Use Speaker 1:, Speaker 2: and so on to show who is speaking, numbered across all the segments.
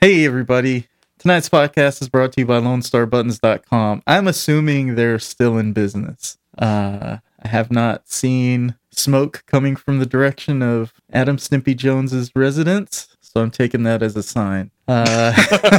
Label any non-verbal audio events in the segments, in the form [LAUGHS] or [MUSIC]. Speaker 1: Hey, everybody. Tonight's podcast is brought to you by LoneStarButtons.com. I'm assuming they're still in business. Uh, I have not seen smoke coming from the direction of Adam Snippy Jones's residence, so I'm taking that as a sign. Uh,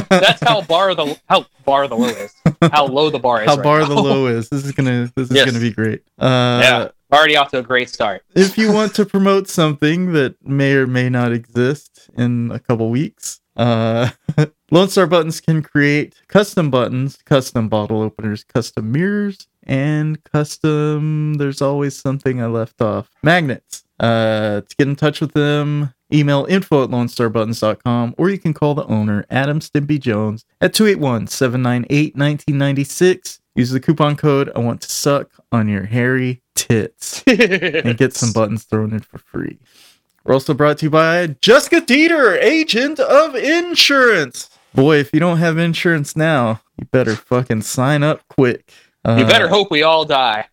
Speaker 2: [LAUGHS] That's how bar the how bar the low is. How low the bar
Speaker 1: [LAUGHS]
Speaker 2: is.
Speaker 1: how
Speaker 2: right
Speaker 1: bar
Speaker 2: now.
Speaker 1: the low is. This is gonna this is
Speaker 2: Yes.
Speaker 1: gonna be great. Uh,
Speaker 2: Yeah, already off to a great start.
Speaker 1: if you want to promote something that may or may not exist in a couple weeks, uh, [LAUGHS] Lone Star Buttons can create custom buttons, custom bottle openers, custom mirrors, and custom. There's always something I left off magnets. Uh, to get in touch with them, email info at lonestarbuttons.com or you can call the owner, Adam Stimpy Jones, at 281 798 1996. Use the coupon code I want to suck on your hairy tits and get some buttons thrown in for free. We're also brought to you by Jessica Dieter, agent of insurance. Boy, if you don't have insurance now, you better fucking sign up quick.
Speaker 2: You
Speaker 1: Uh,
Speaker 2: better hope we all die.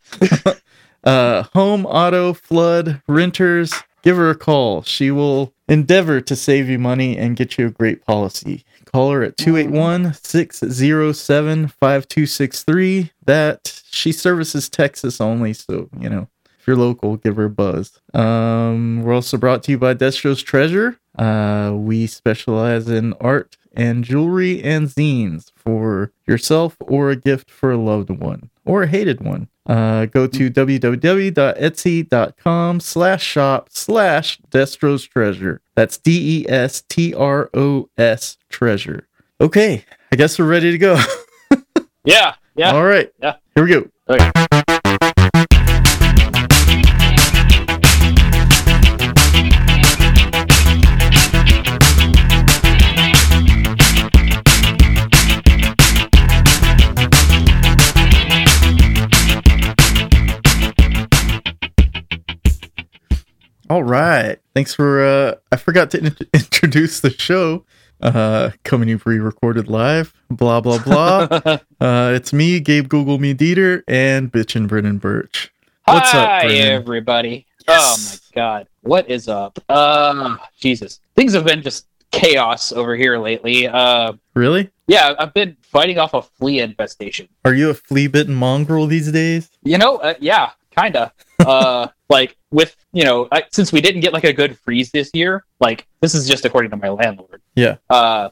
Speaker 1: uh, home, auto, flood, renters, give her a call. She will endeavor to save you money and get you a great policy. Call her at 281 607 5263. That she services Texas only, so you know. If you're local, give her a buzz. Um, we're also brought to you by Destro's Treasure. Uh, we specialize in art and jewelry and zines for yourself or a gift for a loved one or a hated one. Uh, go to www.etsy.com slash shop slash Destro's Treasure. That's E D-E-S-T-R-O-S treasure. Okay, I guess we're ready to go. [LAUGHS]
Speaker 2: Yeah, yeah.
Speaker 1: All right.
Speaker 2: Yeah.
Speaker 1: Here we go.
Speaker 2: Okay.
Speaker 1: All right. Thanks for. Uh, I forgot to in- [LAUGHS] introduce the show. Uh, coming in pre-recorded live. Blah blah blah.
Speaker 2: [LAUGHS]
Speaker 1: uh, it's me, Gabe Google Me Dieter, and Bitchin' Brennan Birch. What's up,
Speaker 2: Hi,
Speaker 1: Brennan?
Speaker 2: everybody.
Speaker 1: Yes.
Speaker 2: Oh my god, what is up? Uh, Jesus, things have been just chaos over here lately. Uh,
Speaker 1: Really?
Speaker 2: yeah, I've been fighting off a flea infestation.
Speaker 1: Are you a flea-bitten mongrel these days?
Speaker 2: You know, uh, yeah, kinda. Uh, like with you know, I, since we didn't get like a good freeze this year, like this is just according to my landlord.
Speaker 1: Yeah.
Speaker 2: Uh,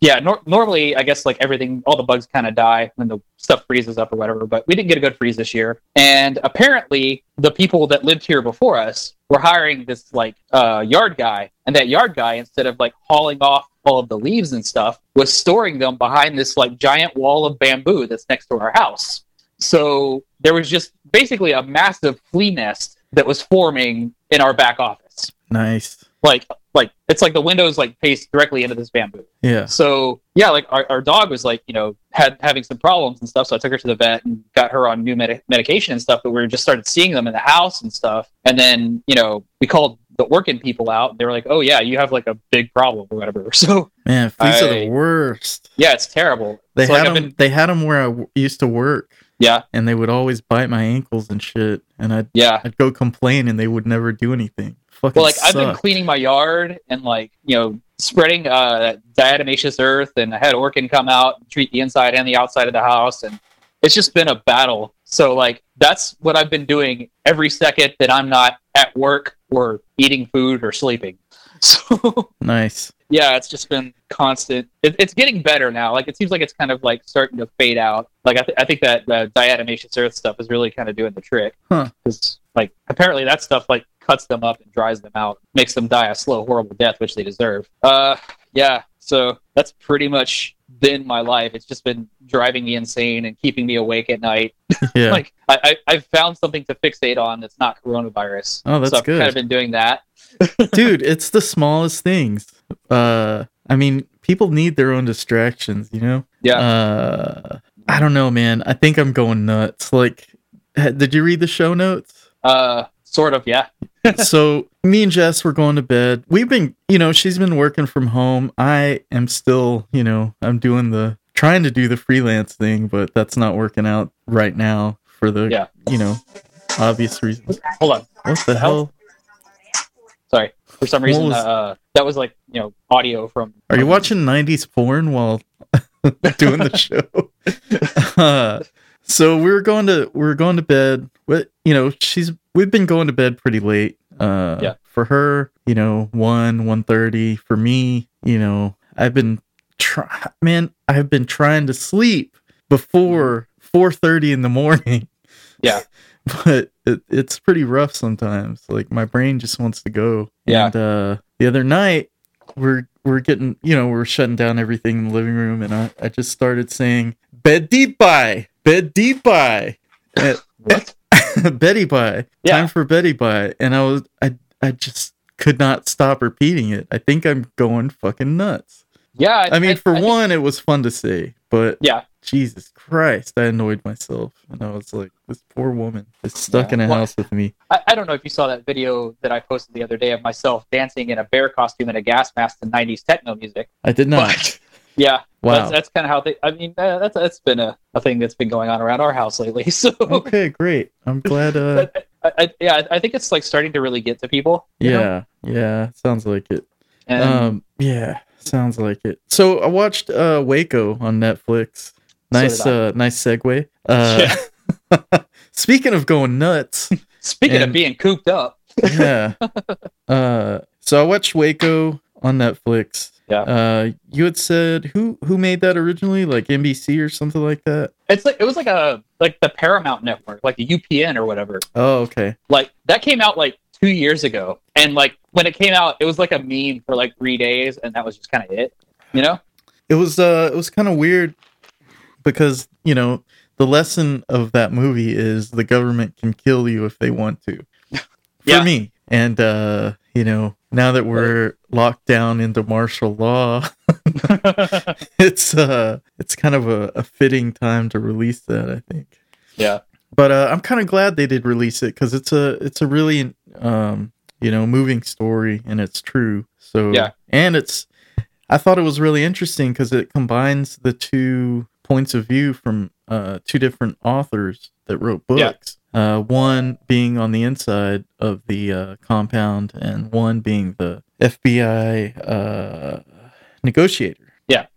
Speaker 2: yeah. Nor- normally, I guess like everything, all the bugs kind of die when the stuff freezes up or whatever. But we didn't get a good freeze this year, and apparently the people that lived here before us were hiring this like uh, yard guy, and that yard guy instead of like hauling off all of the leaves and stuff was storing them behind this like giant wall of bamboo that's next to our house. So there was just basically a massive flea nest that was forming in our back office.
Speaker 1: Nice.
Speaker 2: Like like it's like the windows like face directly into this bamboo.
Speaker 1: Yeah.
Speaker 2: So yeah, like our, our dog was like, you know, had having some problems and stuff. So I took her to the vet and got her on new medi medication and stuff. But we just started seeing them in the house and stuff. And then you know we called the working people out. And they were like, oh yeah, you have like a big problem or whatever. [LAUGHS] So
Speaker 1: Man, fleas are the
Speaker 2: I-
Speaker 1: worst.
Speaker 2: yeah, it's terrible.
Speaker 1: They
Speaker 2: So,
Speaker 1: had
Speaker 2: like,
Speaker 1: 'em
Speaker 2: I've
Speaker 1: had them.
Speaker 2: been-
Speaker 1: They had them where I w- used to work,
Speaker 2: yeah,
Speaker 1: and they would always bite my ankles and shit. And I'd
Speaker 2: yeah.
Speaker 1: I'd go complain, and they would never do anything. Fucking
Speaker 2: Well, like I've been
Speaker 1: sucked.
Speaker 2: cleaning my yard and like you know spreading uh, diatomaceous earth, and I had Orkin come out and treat the inside and the outside of the house, and it's just been a battle. So like that's what I've been doing every second that I'm not at work or eating food or sleeping. [LAUGHS] So
Speaker 1: nice. [LAUGHS]
Speaker 2: yeah, it's just been constant. It, it's getting better now. Like it seems like it's kind of like starting to fade out. Like I, th- I think that uh, diatomaceous earth stuff is really kind of doing the trick.
Speaker 1: Huh.
Speaker 2: 'Cause, like apparently that stuff like cuts them up and dries them out, makes them die a slow, horrible death, which they deserve. Uh, yeah. So that's pretty much been my life. It's just been driving me insane and keeping me awake at night.
Speaker 1: Yeah.
Speaker 2: Like I, I, I've found something to fixate on that's not coronavirus.
Speaker 1: Oh, that's
Speaker 2: so I've
Speaker 1: good.
Speaker 2: Kind of been doing that.
Speaker 1: dude it's the smallest things uh i mean people need their own distractions you know
Speaker 2: Yeah.
Speaker 1: uh i don't know man i think i'm going nuts like ha- did you read the show
Speaker 2: [LAUGHS]
Speaker 1: notes
Speaker 2: Uh, sort of. Yeah.
Speaker 1: so me and jess were going to bed we've been you know she's been working from home i am still you know i'm doing the trying to do the freelance thing but that's not working out right now for the
Speaker 2: Yeah.
Speaker 1: you know obvious reasons
Speaker 2: Hold on.
Speaker 1: what the hell
Speaker 2: Sorry. For some
Speaker 1: What
Speaker 2: reason,
Speaker 1: was-
Speaker 2: uh, that was like you know audio from.
Speaker 1: Are you
Speaker 2: from-
Speaker 1: watching 90s porn while [LAUGHS] doing the show? uh, so we were going to we were going to bed. What you know, she's we've been going to bed pretty late. Uh
Speaker 2: Yeah.
Speaker 1: for her, you know, 1 1:30 for me, you know, I've been try- man, I've been trying to sleep before 4:30 in the morning.
Speaker 2: Yeah.
Speaker 1: but it, it's pretty rough sometimes. Like my brain just wants to go.
Speaker 2: Yeah.
Speaker 1: And uh the other night we're we're getting you know we're shutting down everything in the living room and i, I just started saying bed deep by bed deep by [LAUGHS]
Speaker 2: What?
Speaker 1: betty by
Speaker 2: Yeah.
Speaker 1: time for betty by and i was i i just could not stop repeating it i think i'm going fucking nuts
Speaker 2: Yeah,
Speaker 1: i mean for
Speaker 2: think-
Speaker 1: one it was fun to say but
Speaker 2: Yeah.
Speaker 1: jesus christ i annoyed myself and i was like this poor woman is stuck
Speaker 2: Yeah.
Speaker 1: in a
Speaker 2: Well-
Speaker 1: house with me
Speaker 2: I, I don't know if you saw that video that I posted the other day of myself dancing in a bear costume and a gas mask to '90s techno music.
Speaker 1: i did not
Speaker 2: But- Yeah,
Speaker 1: wow
Speaker 2: that's, that's kind of how they. I mean, uh, that's that's been a, a thing that's been going on around our house lately. [LAUGHS]
Speaker 1: [LAUGHS]
Speaker 2: So,
Speaker 1: [LAUGHS] okay great i'm glad
Speaker 2: [LAUGHS]
Speaker 1: uh
Speaker 2: But I, I, yeah, I- I think it's like starting to really get to people. you know?
Speaker 1: yeah yeah sounds like it
Speaker 2: and
Speaker 1: um yeah sounds like it so i watched uh waco on netflix nice
Speaker 2: did I.
Speaker 1: uh nice segue uh [LAUGHS] speaking of going
Speaker 2: [LAUGHS]
Speaker 1: nuts
Speaker 2: speaking
Speaker 1: and-
Speaker 2: of being cooped up,
Speaker 1: yeah uh so i watched waco on netflix
Speaker 2: Yeah.
Speaker 1: uh you had said who who made that originally like nbc or something like that
Speaker 2: it's like it was like a like the Paramount Network, like the UPN or whatever.
Speaker 1: oh okay
Speaker 2: Like that came out like two years ago, and like when it came out, it was like a meme for like three days, and that was just kind of it. You know?
Speaker 1: it was uh it was kind of weird because you know the lesson of that movie is the government can kill you if they want to for
Speaker 2: Yeah.
Speaker 1: me and uh you know now that we're locked down into martial law [LAUGHS] it's uh it's kind of a, a fitting time to release that i think
Speaker 2: yeah.
Speaker 1: but uh, i'm kind of glad they did release it because it's a it's a really um you know moving story and it's true so
Speaker 2: Yeah.
Speaker 1: and it's i thought it was really interesting because it combines the two points of view from uh two different authors that wrote
Speaker 2: Yeah.
Speaker 1: books uh one being on the inside of the uh compound and one being the fbi uh negotiator
Speaker 2: Yeah. Mm-hmm.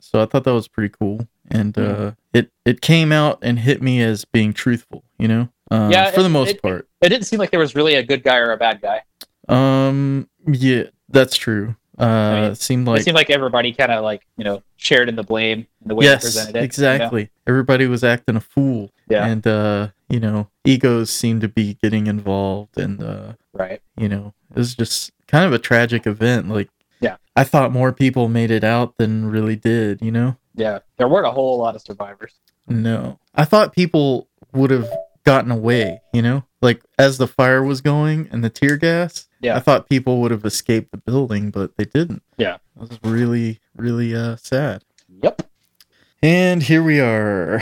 Speaker 1: so i thought that was pretty cool and
Speaker 2: Yeah.
Speaker 1: uh it it came out and hit me as being truthful you know uh,
Speaker 2: Yeah,
Speaker 1: for the
Speaker 2: it-
Speaker 1: most
Speaker 2: it-
Speaker 1: part
Speaker 2: It didn't seem like there was really a good guy or a bad guy.
Speaker 1: um yeah that's true uh
Speaker 2: I mean,
Speaker 1: it seemed
Speaker 2: it
Speaker 1: like
Speaker 2: seemed like everybody kind of like you know shared in the blame and the way they
Speaker 1: yes
Speaker 2: presented it. you know?
Speaker 1: exactly everybody was acting a fool
Speaker 2: Yeah.
Speaker 1: and uh you know egos seemed to be getting involved and uh
Speaker 2: Right.
Speaker 1: you know it was just kind of a tragic event like
Speaker 2: Yeah.
Speaker 1: i thought more people made it out than really did you know
Speaker 2: Yeah. There weren't a whole lot of survivors.
Speaker 1: No. I thought people would have gotten away, you know? Like as the fire was going and the tear gas,
Speaker 2: Yeah.
Speaker 1: I thought people would have escaped the building, but they didn't.
Speaker 2: Yeah.
Speaker 1: It was really, really uh sad.
Speaker 2: Yep. [LAUGHS]
Speaker 1: And here we are.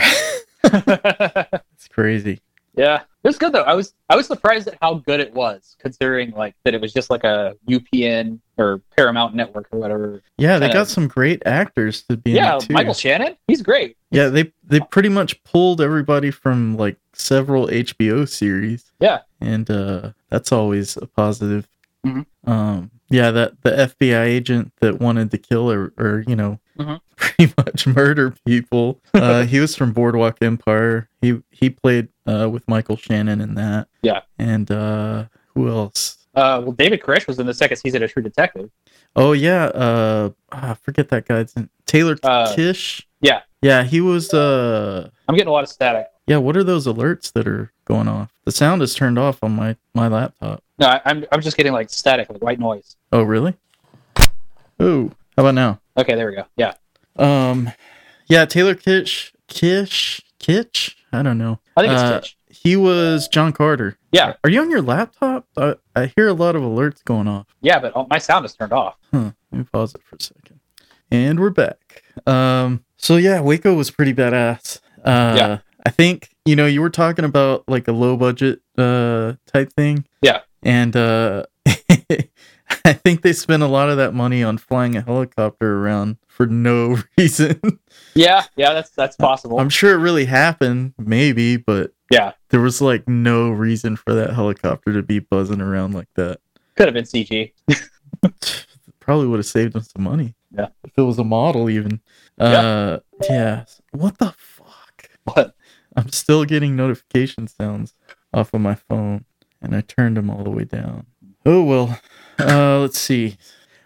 Speaker 1: [LAUGHS] it's crazy.
Speaker 2: yeah. It was good though. I was I was surprised at how good it was, considering like that it was just like a UPN or Paramount Network or whatever.
Speaker 1: Yeah, they
Speaker 2: Kinda-
Speaker 1: got some great actors to be
Speaker 2: Yeah,
Speaker 1: in it too.
Speaker 2: Michael Shannon, he's great.
Speaker 1: yeah, they they pretty much pulled everybody from like several HBO series.
Speaker 2: Yeah.
Speaker 1: And uh that's always a positive.
Speaker 2: Mhm.
Speaker 1: Um yeah, that the FBI agent that wanted to kill or, or you know,
Speaker 2: Mhm.
Speaker 1: [LAUGHS] pretty much murder people. Uh he was from Boardwalk Empire. He he played uh with Michael Shannon in that.
Speaker 2: Yeah.
Speaker 1: And uh who else?
Speaker 2: Uh, well, David Koresh was in the second season of True Detective.
Speaker 1: Oh yeah, uh ah, I forget that guy's name. Taylor
Speaker 2: Uh,
Speaker 1: Kish.
Speaker 2: yeah.
Speaker 1: Yeah, he was uh
Speaker 2: I'm getting a lot of static.
Speaker 1: Yeah, what are those alerts that are going off? The sound is turned off on my my laptop.
Speaker 2: No, I, I'm I'm just getting like static, like white noise.
Speaker 1: Oh, really? Oh, how about now?
Speaker 2: Okay, there we go. Yeah,
Speaker 1: Um, yeah, Taylor Kitsch, Kish, Kitsch. I don't know.
Speaker 2: I think it's
Speaker 1: Uh,
Speaker 2: Twitch.
Speaker 1: He was John Carter.
Speaker 2: Yeah,
Speaker 1: Are you on your laptop? I, I hear a lot of alerts going off.
Speaker 2: yeah, but oh, my sound is turned off.
Speaker 1: Huh. Let me pause it for a second. And we're back. Um, so yeah, Waco was pretty badass. Uh,
Speaker 2: Yeah.
Speaker 1: I think, you know, you were talking about like a low budget uh type thing.
Speaker 2: Yeah.
Speaker 1: And uh [LAUGHS] I think they spent a lot of that money on flying a helicopter around for no [LAUGHS] reason.
Speaker 2: Yeah, yeah, that's that's possible.
Speaker 1: I'm sure it really happened, maybe, but
Speaker 2: Yeah.
Speaker 1: There was like no reason for that helicopter to be buzzing around like that.
Speaker 2: [LAUGHS] Could have been CG.
Speaker 1: [SIGHS] Probably would have saved them some money.
Speaker 2: Yeah.
Speaker 1: If it was a model, even. Uh, yeah. What the fuck?
Speaker 2: What?
Speaker 1: I'm still getting notification sounds off of my phone, and I turned them all the way down. Oh well. Uh, [LAUGHS] let's see.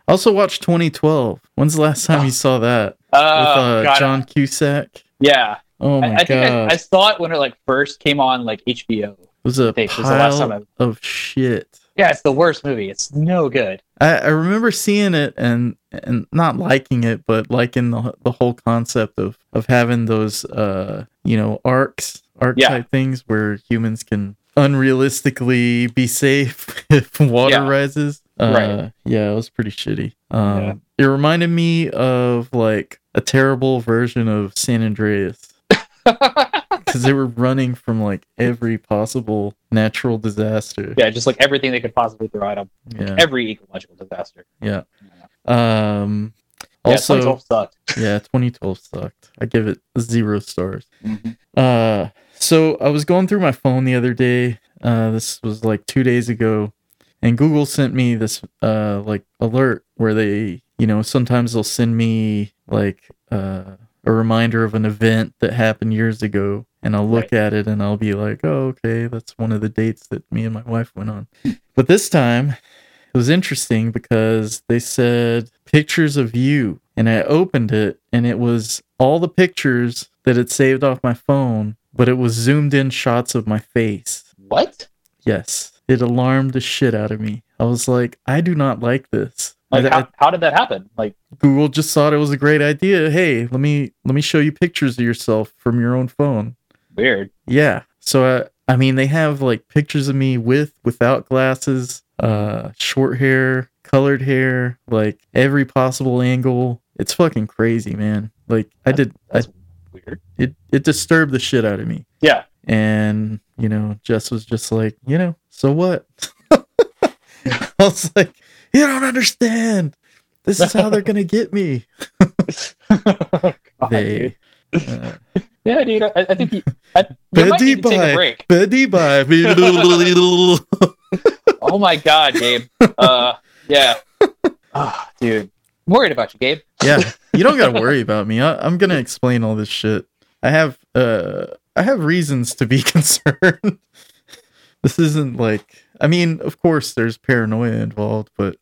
Speaker 1: I also watched 2012. When's the last
Speaker 2: [GASPS]
Speaker 1: time you saw that
Speaker 2: Oh,
Speaker 1: with uh,
Speaker 2: God.
Speaker 1: John Cusack?
Speaker 2: Yeah.
Speaker 1: Oh my
Speaker 2: I, I
Speaker 1: god!
Speaker 2: think I, I saw it when it like first came on like HBO.
Speaker 1: it was a
Speaker 2: think
Speaker 1: pile
Speaker 2: it was the last time
Speaker 1: of shit.
Speaker 2: Yeah, it's the worst movie. It's no good. [LAUGHS]
Speaker 1: I, I remember seeing it and and not liking it, but liking the the whole concept of of having those uh you know arcs archetype things where humans can unrealistically be safe [LAUGHS] if water
Speaker 2: Yeah.
Speaker 1: rises. Uh,
Speaker 2: Right.
Speaker 1: Yeah, it was pretty shitty. Um,
Speaker 2: Yeah.
Speaker 1: It reminded me of like a terrible version of San
Speaker 2: [LAUGHS]
Speaker 1: Andreas
Speaker 2: yeah,
Speaker 1: because they were running from like every possible natural disaster.
Speaker 2: just like everything they could possibly throw at them.
Speaker 1: Yeah.
Speaker 2: Every ecological disaster.
Speaker 1: Yeah. Um.
Speaker 2: Yeah,
Speaker 1: Also,
Speaker 2: 2012 sucked.
Speaker 1: yeah 2012 sucked i give it zero stars
Speaker 2: Mm-hmm.
Speaker 1: uh so i was going through my phone the other day uh this was like two days ago and google sent me this uh like alert where they you know sometimes they'll send me like uh a reminder of an event that happened years ago and i'll look
Speaker 2: Right.
Speaker 1: at it and i'll be like oh okay that's one of the dates that me and my wife went on but this time it was interesting because they said pictures of you and i opened it and it was all the pictures that had saved off my phone but it was zoomed in shots of my face
Speaker 2: What?
Speaker 1: yes it alarmed the shit out of me i was like i do not like this
Speaker 2: Like,
Speaker 1: I- I-
Speaker 2: how, how did that happen? Like,
Speaker 1: google just thought it was a great idea hey let me let me show you pictures of yourself from your own phone
Speaker 2: weird.
Speaker 1: yeah. So uh, I, I mean, they have like pictures of me with, without glasses, uh, short hair, colored hair, like every possible angle. It's fucking crazy, man. Like I did, I,
Speaker 2: That's weird. [LAUGHS]
Speaker 1: it it disturbed the shit out of me.
Speaker 2: Yeah.
Speaker 1: And you know, Jess was just like, you know, so what? [LAUGHS] I was like, you don't understand. This is how they're gonna get
Speaker 2: [LAUGHS]
Speaker 1: me.
Speaker 2: God, dude.
Speaker 1: [LAUGHS] They, uh,
Speaker 2: Yeah, dude. I, I think you, I, you might need to take a break.
Speaker 1: Betty bye. [LAUGHS]
Speaker 2: [LAUGHS] Oh my God, Gabe. Uh,
Speaker 1: [LAUGHS]
Speaker 2: yeah. Oh, dude, I'm worried about you, Gabe.
Speaker 1: yeah you don't gotta worry about me I, i'm gonna explain all this shit i have uh i have reasons to be [LAUGHS] concerned this isn't like i mean of course there's paranoia involved but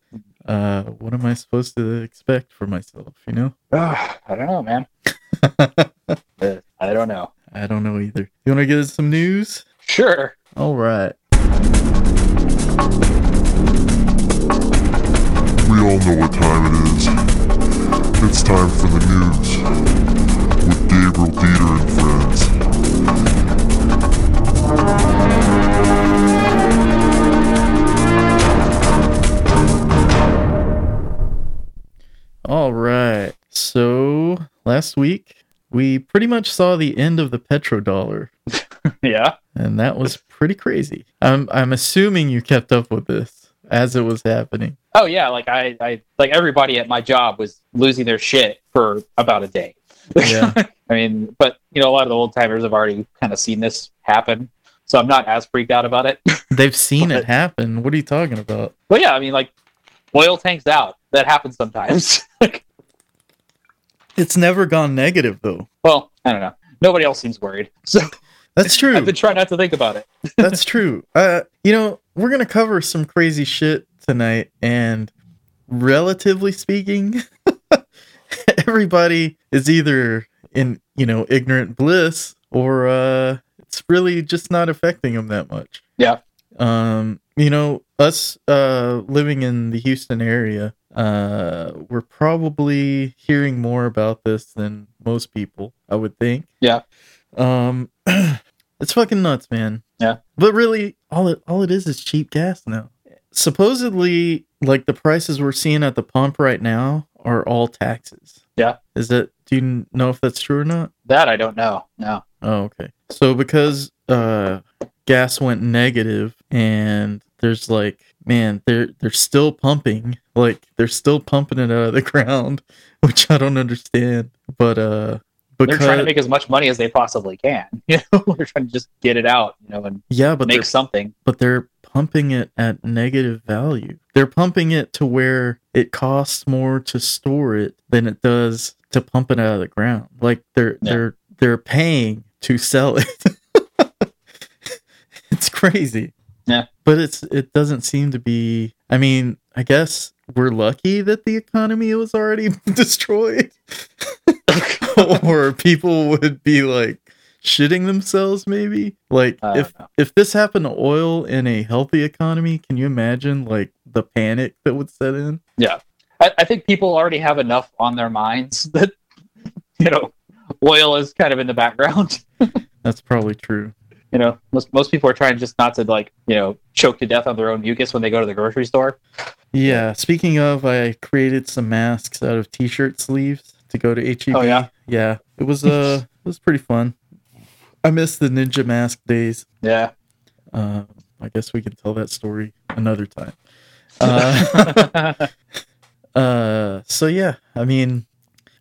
Speaker 1: uh what am i supposed to expect for myself you know
Speaker 2: Ah, I don't know, man.
Speaker 1: [LAUGHS]
Speaker 2: Uh, I don't know.
Speaker 1: i don't know either you want to get us some news
Speaker 2: Sure.
Speaker 1: all right
Speaker 3: We all know what time it is. It's time for the news with Gabriel Dieter and friends.
Speaker 1: all right so last week we pretty much saw the end of the petrodollar
Speaker 2: Yeah.
Speaker 1: and that was pretty crazy i'm i'm assuming you kept up with this as it was happening
Speaker 2: Oh yeah. Like I, I, like everybody at my job was losing their shit for about a day.
Speaker 1: Yeah.
Speaker 2: [LAUGHS] I mean, but you know, a lot of the old timers have already kind of seen this happen, so I'm not as freaked out about it.
Speaker 1: They've seen it happen. What are you talking about?
Speaker 2: But yeah, I mean, like oil tanks out. That happens
Speaker 1: [LAUGHS]
Speaker 2: sometimes.
Speaker 1: It's never gone negative though.
Speaker 2: well, I don't know. Nobody else seems worried, [LAUGHS] so
Speaker 1: That's true.
Speaker 2: I've been trying not to think about it.
Speaker 1: That's true. Uh, you know, we're gonna cover some crazy shit tonight, and relatively speaking, [LAUGHS] everybody is either in you know ignorant bliss or uh, it's really just not affecting them that much.
Speaker 2: Yeah.
Speaker 1: Um, you know, us uh, living in the Houston area, uh, we're probably hearing more about this than most people, I would think.
Speaker 2: Yeah.
Speaker 1: Um, [CLEARS THROAT] it's fucking nuts, man.
Speaker 2: Yeah.
Speaker 1: But really, all it all it is is cheap gas now. Supposedly, like the prices we're seeing at the pump right now are all taxes.
Speaker 2: Yeah.
Speaker 1: Is that? Do you know if that's true or not?
Speaker 2: That I don't know. No.
Speaker 1: Oh, okay. So because uh gas went negative and there's like man, they're they're still pumping. Like they're still pumping it out of the [LAUGHS] ground, which I don't understand. But uh
Speaker 2: They're trying
Speaker 1: because
Speaker 2: to make as much [LAUGHS] money as they possibly can. You know, they're trying to just get it out, you know, and
Speaker 1: yeah, but
Speaker 2: make
Speaker 1: they're
Speaker 2: something.
Speaker 1: but they're pumping it at negative value. They're pumping it to where it costs more to store it than it does to pump it out of the ground. Like they're
Speaker 2: Yeah.
Speaker 1: they're they're paying to sell it. [LAUGHS] it's crazy.
Speaker 2: Yeah.
Speaker 1: But it's it doesn't seem to be I mean, I guess we're lucky that the economy was already [LAUGHS]
Speaker 2: [LAUGHS]
Speaker 1: destroyed. or people would be like shitting themselves maybe. Like
Speaker 2: I
Speaker 1: if
Speaker 2: don't know.
Speaker 1: if this happened to oil in a healthy economy, can you imagine like the panic that would set in?
Speaker 2: I, I think people already have enough on their minds [LAUGHS] that you know oil is kind of in the background. [LAUGHS]
Speaker 1: That's probably true.
Speaker 2: You know, most most people are trying just not to like you know choke to death on their own mucus when they go to the grocery store.
Speaker 1: Yeah. Speaking of, I created some masks out of t-shirt sleeves to go to HEB.
Speaker 2: Oh yeah,
Speaker 1: Yeah, it was
Speaker 2: [LAUGHS]
Speaker 1: uh, it was pretty fun. I miss the ninja mask days.
Speaker 2: yeah.
Speaker 1: Uh, I guess we can tell that story another time.
Speaker 2: [LAUGHS]
Speaker 1: Uh, [LAUGHS] uh, so yeah, I mean,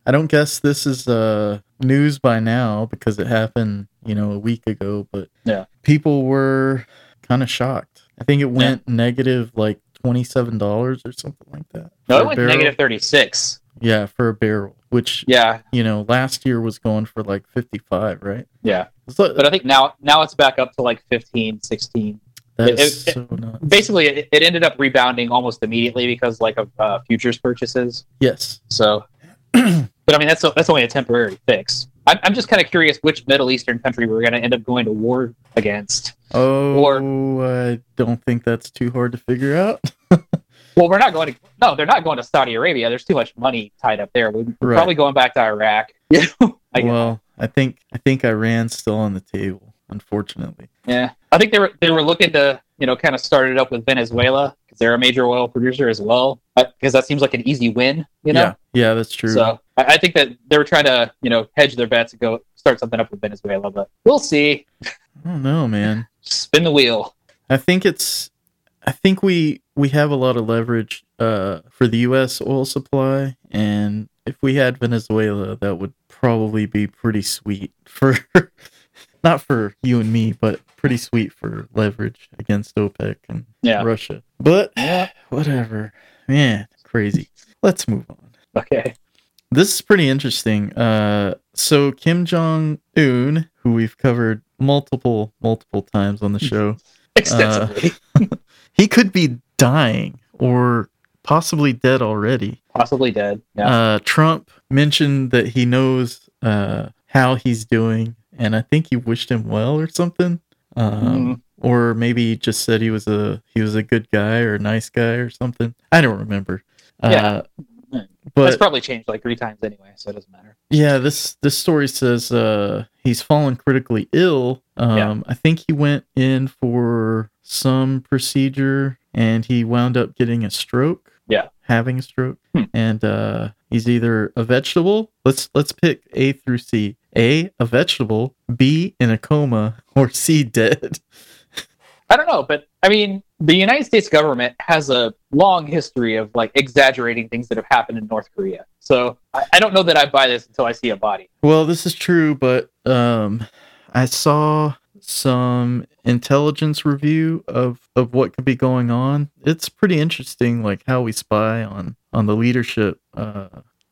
Speaker 1: I don't guess this is uh news by now because it happened, you know, a week ago. But
Speaker 2: Yeah.
Speaker 1: people were kind of shocked. I think it went negative like twenty seven dollars or something like that.
Speaker 2: no,
Speaker 1: for a
Speaker 2: it went
Speaker 1: barrel.
Speaker 2: negative thirty six.
Speaker 1: Yeah, for a barrel, which
Speaker 2: Yeah,
Speaker 1: you know last year was going for like fifty five, right?
Speaker 2: yeah.
Speaker 1: It's like-
Speaker 2: But I think now now it's back up to like 15, 16.
Speaker 1: That
Speaker 2: uh, It-
Speaker 1: is
Speaker 2: it-
Speaker 1: so nuts.
Speaker 2: Basically, it, it ended up rebounding almost immediately because like of uh, futures purchases.
Speaker 1: Yes. [CLEARS THROAT]
Speaker 2: So, but I mean, that's that's only a temporary fix. I'm, I'm just kind of curious which Middle Eastern country we're going to end up going to war against.
Speaker 1: Oh, I don't think that's too hard to figure out.
Speaker 2: Well, we're not going to. No, they're not going to Saudi Arabia. There's too much money tied up there. We're
Speaker 1: Right.
Speaker 2: probably going back to Iraq. You know? I guess.
Speaker 1: well, I think I think Iran's still on the table, unfortunately.
Speaker 2: yeah, I think they were they were looking to you know kind of start it up with Venezuela because they're a major oil producer as well. Because that seems like an easy win. You know.
Speaker 1: yeah, yeah, that's true.
Speaker 2: So I, I think that they were trying to you know hedge their bets and go start something up with Venezuela, but we'll see.
Speaker 1: I don't know, man.
Speaker 2: Spin the wheel.
Speaker 1: [SIGHS] I think it's I think we we have a lot of leverage uh for the US oil supply and if we had Venezuela that would probably be pretty sweet for [LAUGHS] not for you and me, but pretty sweet for leverage against OPEC and
Speaker 2: Yeah.
Speaker 1: Russia. But
Speaker 2: Yeah.
Speaker 1: whatever. Man, crazy. Let's move on.
Speaker 2: Okay. [LAUGHS]
Speaker 1: This is pretty interesting. Uh, so Kim Jong Un, who we've covered multiple, multiple times on the
Speaker 2: Hmm.
Speaker 1: show,
Speaker 2: extensively,
Speaker 1: he could be dying or possibly dead already.
Speaker 2: possibly dead. Yeah,
Speaker 1: Uh, Trump mentioned that he knows uh, how he's doing, and I think he wished him well or something.
Speaker 2: Hmm.
Speaker 1: Um, Or maybe he just said he was a he was a good guy or a nice guy or something. I don't remember.
Speaker 2: Yeah.
Speaker 1: Uh,
Speaker 2: that's
Speaker 1: but
Speaker 2: probably changed like three times anyway, so it doesn't matter.
Speaker 1: Yeah, this this story says uh, he's fallen critically ill. Um,
Speaker 2: Yeah.
Speaker 1: I think he went in for some procedure and he wound up getting a stroke.
Speaker 2: Yeah.
Speaker 1: having a stroke,
Speaker 2: Hmm.
Speaker 1: and uh, he's either a vegetable. Let's let's pick A through C. A a vegetable. B in a coma, or C dead.
Speaker 2: I don't know, but I mean, the United States government has a long history of like exaggerating things that have happened in North Korea. So I, I don't know that I buy this until I see a body.
Speaker 1: Well, this is true, but um, I saw some intelligence review of of what could be going on. It's pretty interesting, like how we spy on on the leadership uh,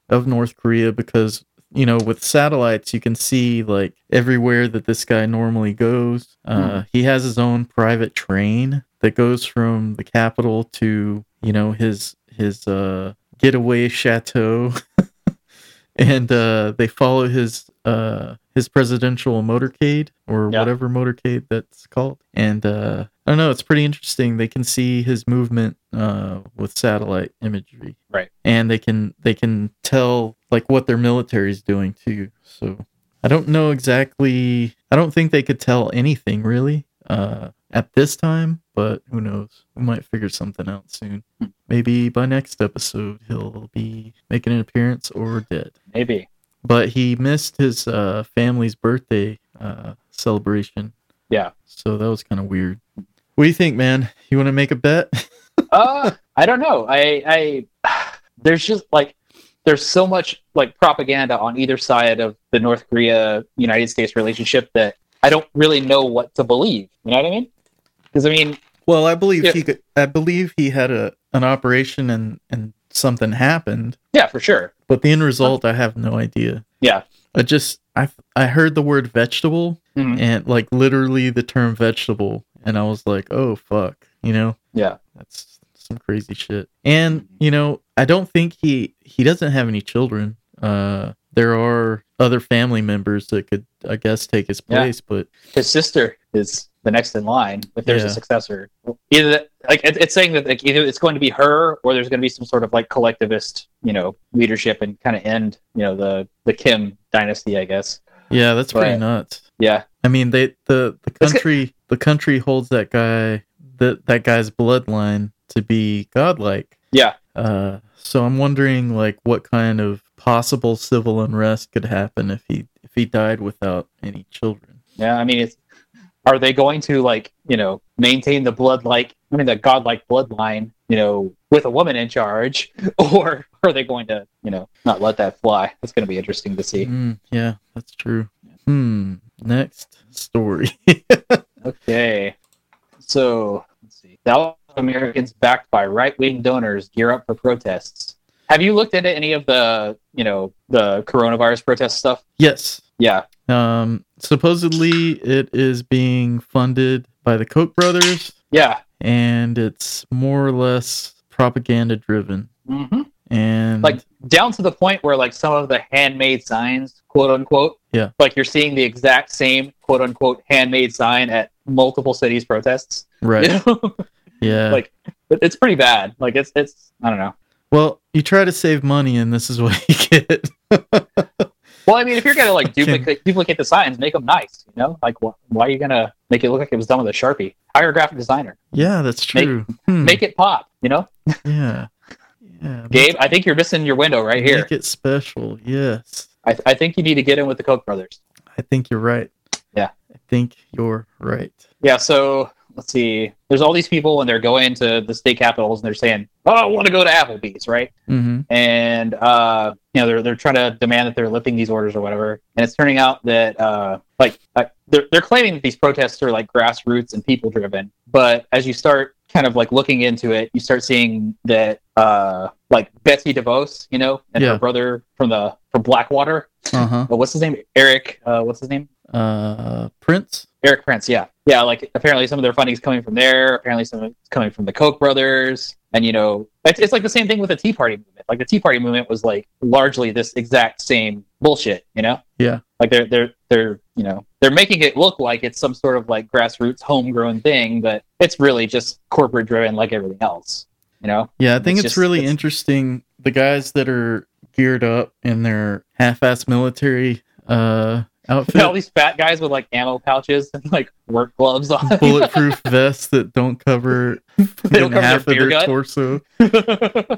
Speaker 1: of North Korea because you know with satellites you can see like everywhere that this guy normally goes. Uh, He has his own private train that goes from the capital to you know his his uh, getaway chateau and uh, they follow his uh, his presidential motorcade or
Speaker 2: Yeah.
Speaker 1: whatever motorcade that's called. And uh, I don't know, it's pretty interesting. They can see his movement uh, with satellite imagery,
Speaker 2: Right.
Speaker 1: And they can they can tell like what their military is doing too. So I don't know exactly. I don't think they could tell anything really uh, at this time, but who knows? We might figure something out soon.
Speaker 2: Hmm.
Speaker 1: Maybe by next episode he'll be making an appearance or dead
Speaker 2: Maybe.
Speaker 1: but he missed his uh, family's birthday uh, celebration.
Speaker 2: Yeah.
Speaker 1: So that was kind of weird. What do you think, man? You want to make a bet? [LAUGHS]
Speaker 2: uh, I don't know. I, I, [SIGHS] there's just like, there's so much like propaganda on either side of the North Korea United States relationship that I don't really know what to believe. You know what I mean? Because I mean,
Speaker 1: Well, I believe
Speaker 2: Yeah.
Speaker 1: he could, I believe he had a an operation and and something happened,
Speaker 2: Yeah, for sure.
Speaker 1: but the end result I have no idea.
Speaker 2: Yeah.
Speaker 1: I just I I heard the word vegetable
Speaker 2: Mhm.
Speaker 1: and like literally the term vegetable and I was like, "Oh fuck," you know?
Speaker 2: Yeah.
Speaker 1: That's some crazy shit. And, you know, I don't think he he doesn't have any children. Uh there are other family members that could I guess take his
Speaker 2: Yeah.
Speaker 1: place, but
Speaker 2: His sister is the next in line if there's
Speaker 1: Yeah.
Speaker 2: a successor. Either that- like it, it's saying that like either it's going to be her or there's going to be some sort of like collectivist, you know, leadership and kind of end, you know, the the Kim dynasty, I guess.
Speaker 1: yeah, that's pretty
Speaker 2: Right.
Speaker 1: nuts.
Speaker 2: Yeah.
Speaker 1: I mean, they the the
Speaker 2: Let's get-
Speaker 1: country the country holds that guy that that guy's bloodline to be godlike.
Speaker 2: Yeah.
Speaker 1: Uh, so I'm wondering like what kind of possible civil unrest could happen if he if he died without any children.
Speaker 2: Yeah, I mean, it's, are they going to like you know maintain the blood like I mean the godlike bloodline you know with a woman in charge, [LAUGHS] or are they going to you know not let that fly? That's going to be interesting to see.
Speaker 1: Mm, yeah, that's true. Hmm. Next story. [LAUGHS]
Speaker 2: Okay, so let's see. Dallas Americans backed by right wing donors gear up for protests. Have you looked into any of the you know the coronavirus protest stuff?
Speaker 1: yes.
Speaker 2: Yeah,
Speaker 1: Um. Supposedly, it is being funded by the Koch brothers,
Speaker 2: yeah.
Speaker 1: and it's more or less propaganda driven.
Speaker 2: hmm
Speaker 1: And
Speaker 2: Like down to the point where like some of the handmade signs, quote unquote.
Speaker 1: Yeah.
Speaker 2: Like you're seeing the exact same quote unquote handmade sign at multiple cities protests.
Speaker 1: right.
Speaker 2: [LAUGHS] You know?
Speaker 1: Yeah.
Speaker 2: like it- it's pretty bad. Like it's it's I don't know.
Speaker 1: well, you try to save money, and this is [LAUGHS] what you get.
Speaker 2: Well, I mean, if you're gonna
Speaker 1: [LAUGHS]
Speaker 2: like
Speaker 1: Fucking-
Speaker 2: duplicate duplicate the signs, make them nice. You know, like wh- why are you gonna make it look like it was done with a sharpie? Hire a graphic designer.
Speaker 1: yeah, that's
Speaker 2: Make-
Speaker 1: true. Hmm,
Speaker 2: Make it pop. You know,
Speaker 1: yeah, yeah.
Speaker 2: Gabe. I think you're missing your window right here.
Speaker 1: Make it special. Yes,
Speaker 2: I, th- I think you need to get in with the Koch brothers.
Speaker 1: I think you're right.
Speaker 2: Yeah.
Speaker 1: I think you're right.
Speaker 2: Yeah, so let's see. There's all these people, and they're going to the state capitals, and they're saying, "Oh, I want to go to Applebee's," right?
Speaker 1: Mm-hmm.
Speaker 2: And uh, you know, they're they're trying to demand that they're lifting these orders or whatever. And it's turning out that uh, like uh, they're they're claiming that these protests are like grassroots and people driven, but as you start kind of like looking into it, you start seeing that uh, like Betsy DeVos, you know, and
Speaker 1: Yeah.
Speaker 2: her brother from the from Blackwater.
Speaker 1: Uh
Speaker 2: Oh, what's his name? Eric. Uh, what's his name?
Speaker 1: huh. Uh, Prince.
Speaker 2: Eric Prince, yeah. Yeah, like apparently some of their funding is coming from there. Apparently some of it's coming from the Koch brothers. And, you know, it's, it's like the same thing with the Tea Party movement. Like the Tea Party movement was like largely this exact same bullshit, you know?
Speaker 1: Yeah.
Speaker 2: Like they're, they're, they're, you know, they're making it look like it's some sort of like grassroots homegrown thing, but it's really just corporate driven like everything else, you
Speaker 1: [LAUGHS]
Speaker 2: know?
Speaker 1: Yeah, I think
Speaker 2: It's
Speaker 1: it's,
Speaker 2: just-
Speaker 1: really
Speaker 2: it's-
Speaker 1: interesting. The guys that are geared up in their half-ass military
Speaker 2: [LAUGHS]
Speaker 1: uh
Speaker 2: All
Speaker 1: outfit,
Speaker 2: these fat guys with like ammo pouches and like work gloves on.
Speaker 1: bulletproof vests that don't cover,
Speaker 2: They
Speaker 1: fucking
Speaker 2: don't cover their
Speaker 1: half
Speaker 2: beer
Speaker 1: of their
Speaker 2: gut. [LAUGHS]
Speaker 1: torso.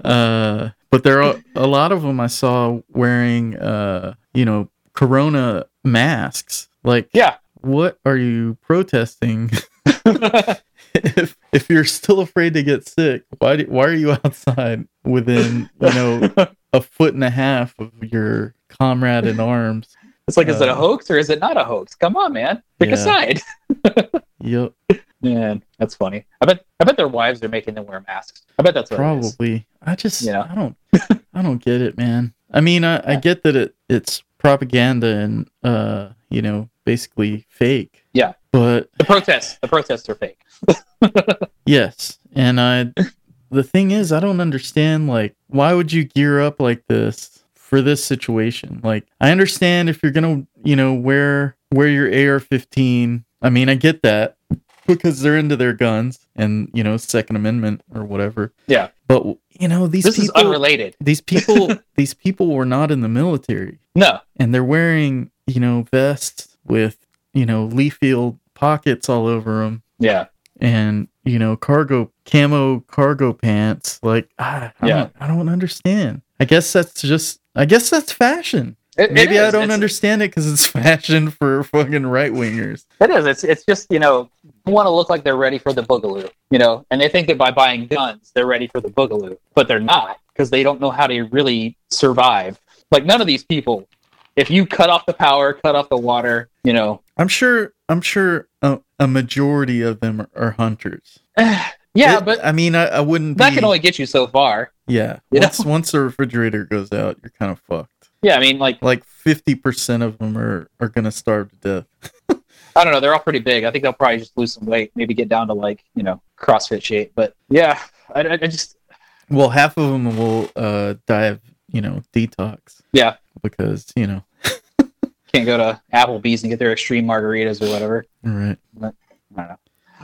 Speaker 1: uh but there are a lot of them i saw wearing uh you know corona masks like
Speaker 2: yeah.
Speaker 1: what are you protesting [LAUGHS] if if you're still afraid to get sick why do, why are you [LAUGHS] outside within you
Speaker 2: [LAUGHS]
Speaker 1: know a foot and a half of your comrade in arms
Speaker 2: [LAUGHS] It's like, is it
Speaker 1: Uh,
Speaker 2: a hoax or is it not a hoax? Come on, man, pick
Speaker 1: Yeah.
Speaker 2: a side.
Speaker 1: yep
Speaker 2: Man, that's funny. I bet, I bet their wives are making them wear masks. I bet [LAUGHS] that's what it is.
Speaker 1: probably i just
Speaker 2: You know?
Speaker 1: i don't i don't get it man i mean i, I
Speaker 2: Yeah.
Speaker 1: get that it it's propaganda and uh you know basically fake
Speaker 2: Yeah.
Speaker 1: but
Speaker 2: The protests, the protests are fake.
Speaker 1: Yes, and
Speaker 2: [LAUGHS]
Speaker 1: I. the thing is, I don't understand. Like, why would you gear up like this for this situation? Like, I understand if you're gonna, you know, wear wear your AR-15. I mean, I get that because they're into their guns and you know Second Amendment or whatever.
Speaker 2: Yeah.
Speaker 1: But you know these
Speaker 2: this is
Speaker 1: people.
Speaker 2: unrelated.
Speaker 1: these people.
Speaker 2: [LAUGHS]
Speaker 1: these people were not in the military,
Speaker 2: No,
Speaker 1: and they're wearing you know vests with you know leaf field pockets all over them
Speaker 2: yeah,
Speaker 1: and you know cargo camo cargo pants like ah, I,
Speaker 2: Yeah.
Speaker 1: don't, I don't understand i guess that's just i guess that's fashion
Speaker 2: It- it
Speaker 1: maybe i
Speaker 2: is.
Speaker 1: don't
Speaker 2: It's-
Speaker 1: understand it because it's [LAUGHS] fashion for fucking right wingers
Speaker 2: It is. It's it's just you know want to look like they're ready for the boogaloo, you know, and they think that by buying guns they're ready for the boogaloo, but they're not because they don't know how to really survive. Like none of these people, if you cut off the power, cut off the water, you know, [SIGHS]
Speaker 1: i'm sure I'm sure a, a majority of them are, are hunters.
Speaker 2: yeah,
Speaker 1: It-
Speaker 2: but
Speaker 1: I mean, I, I wouldn't.
Speaker 2: that
Speaker 1: be-
Speaker 2: can only get you so far.
Speaker 1: Yeah.
Speaker 2: [LAUGHS] you
Speaker 1: Once once the refrigerator goes out, you're kind of fucked.
Speaker 2: Yeah, I mean, like
Speaker 1: Like fifty percent of them are are gonna starve to death.
Speaker 2: I don't know, they're all pretty big. I think they'll probably just lose some weight, maybe get down to like you know CrossFit shape. But yeah, I, I I just
Speaker 1: Well, half of them will uh, die of you know detox
Speaker 2: yeah
Speaker 1: because you know
Speaker 2: can't go to Applebee's and get their extreme margaritas or whatever.
Speaker 1: right.
Speaker 2: I don't know.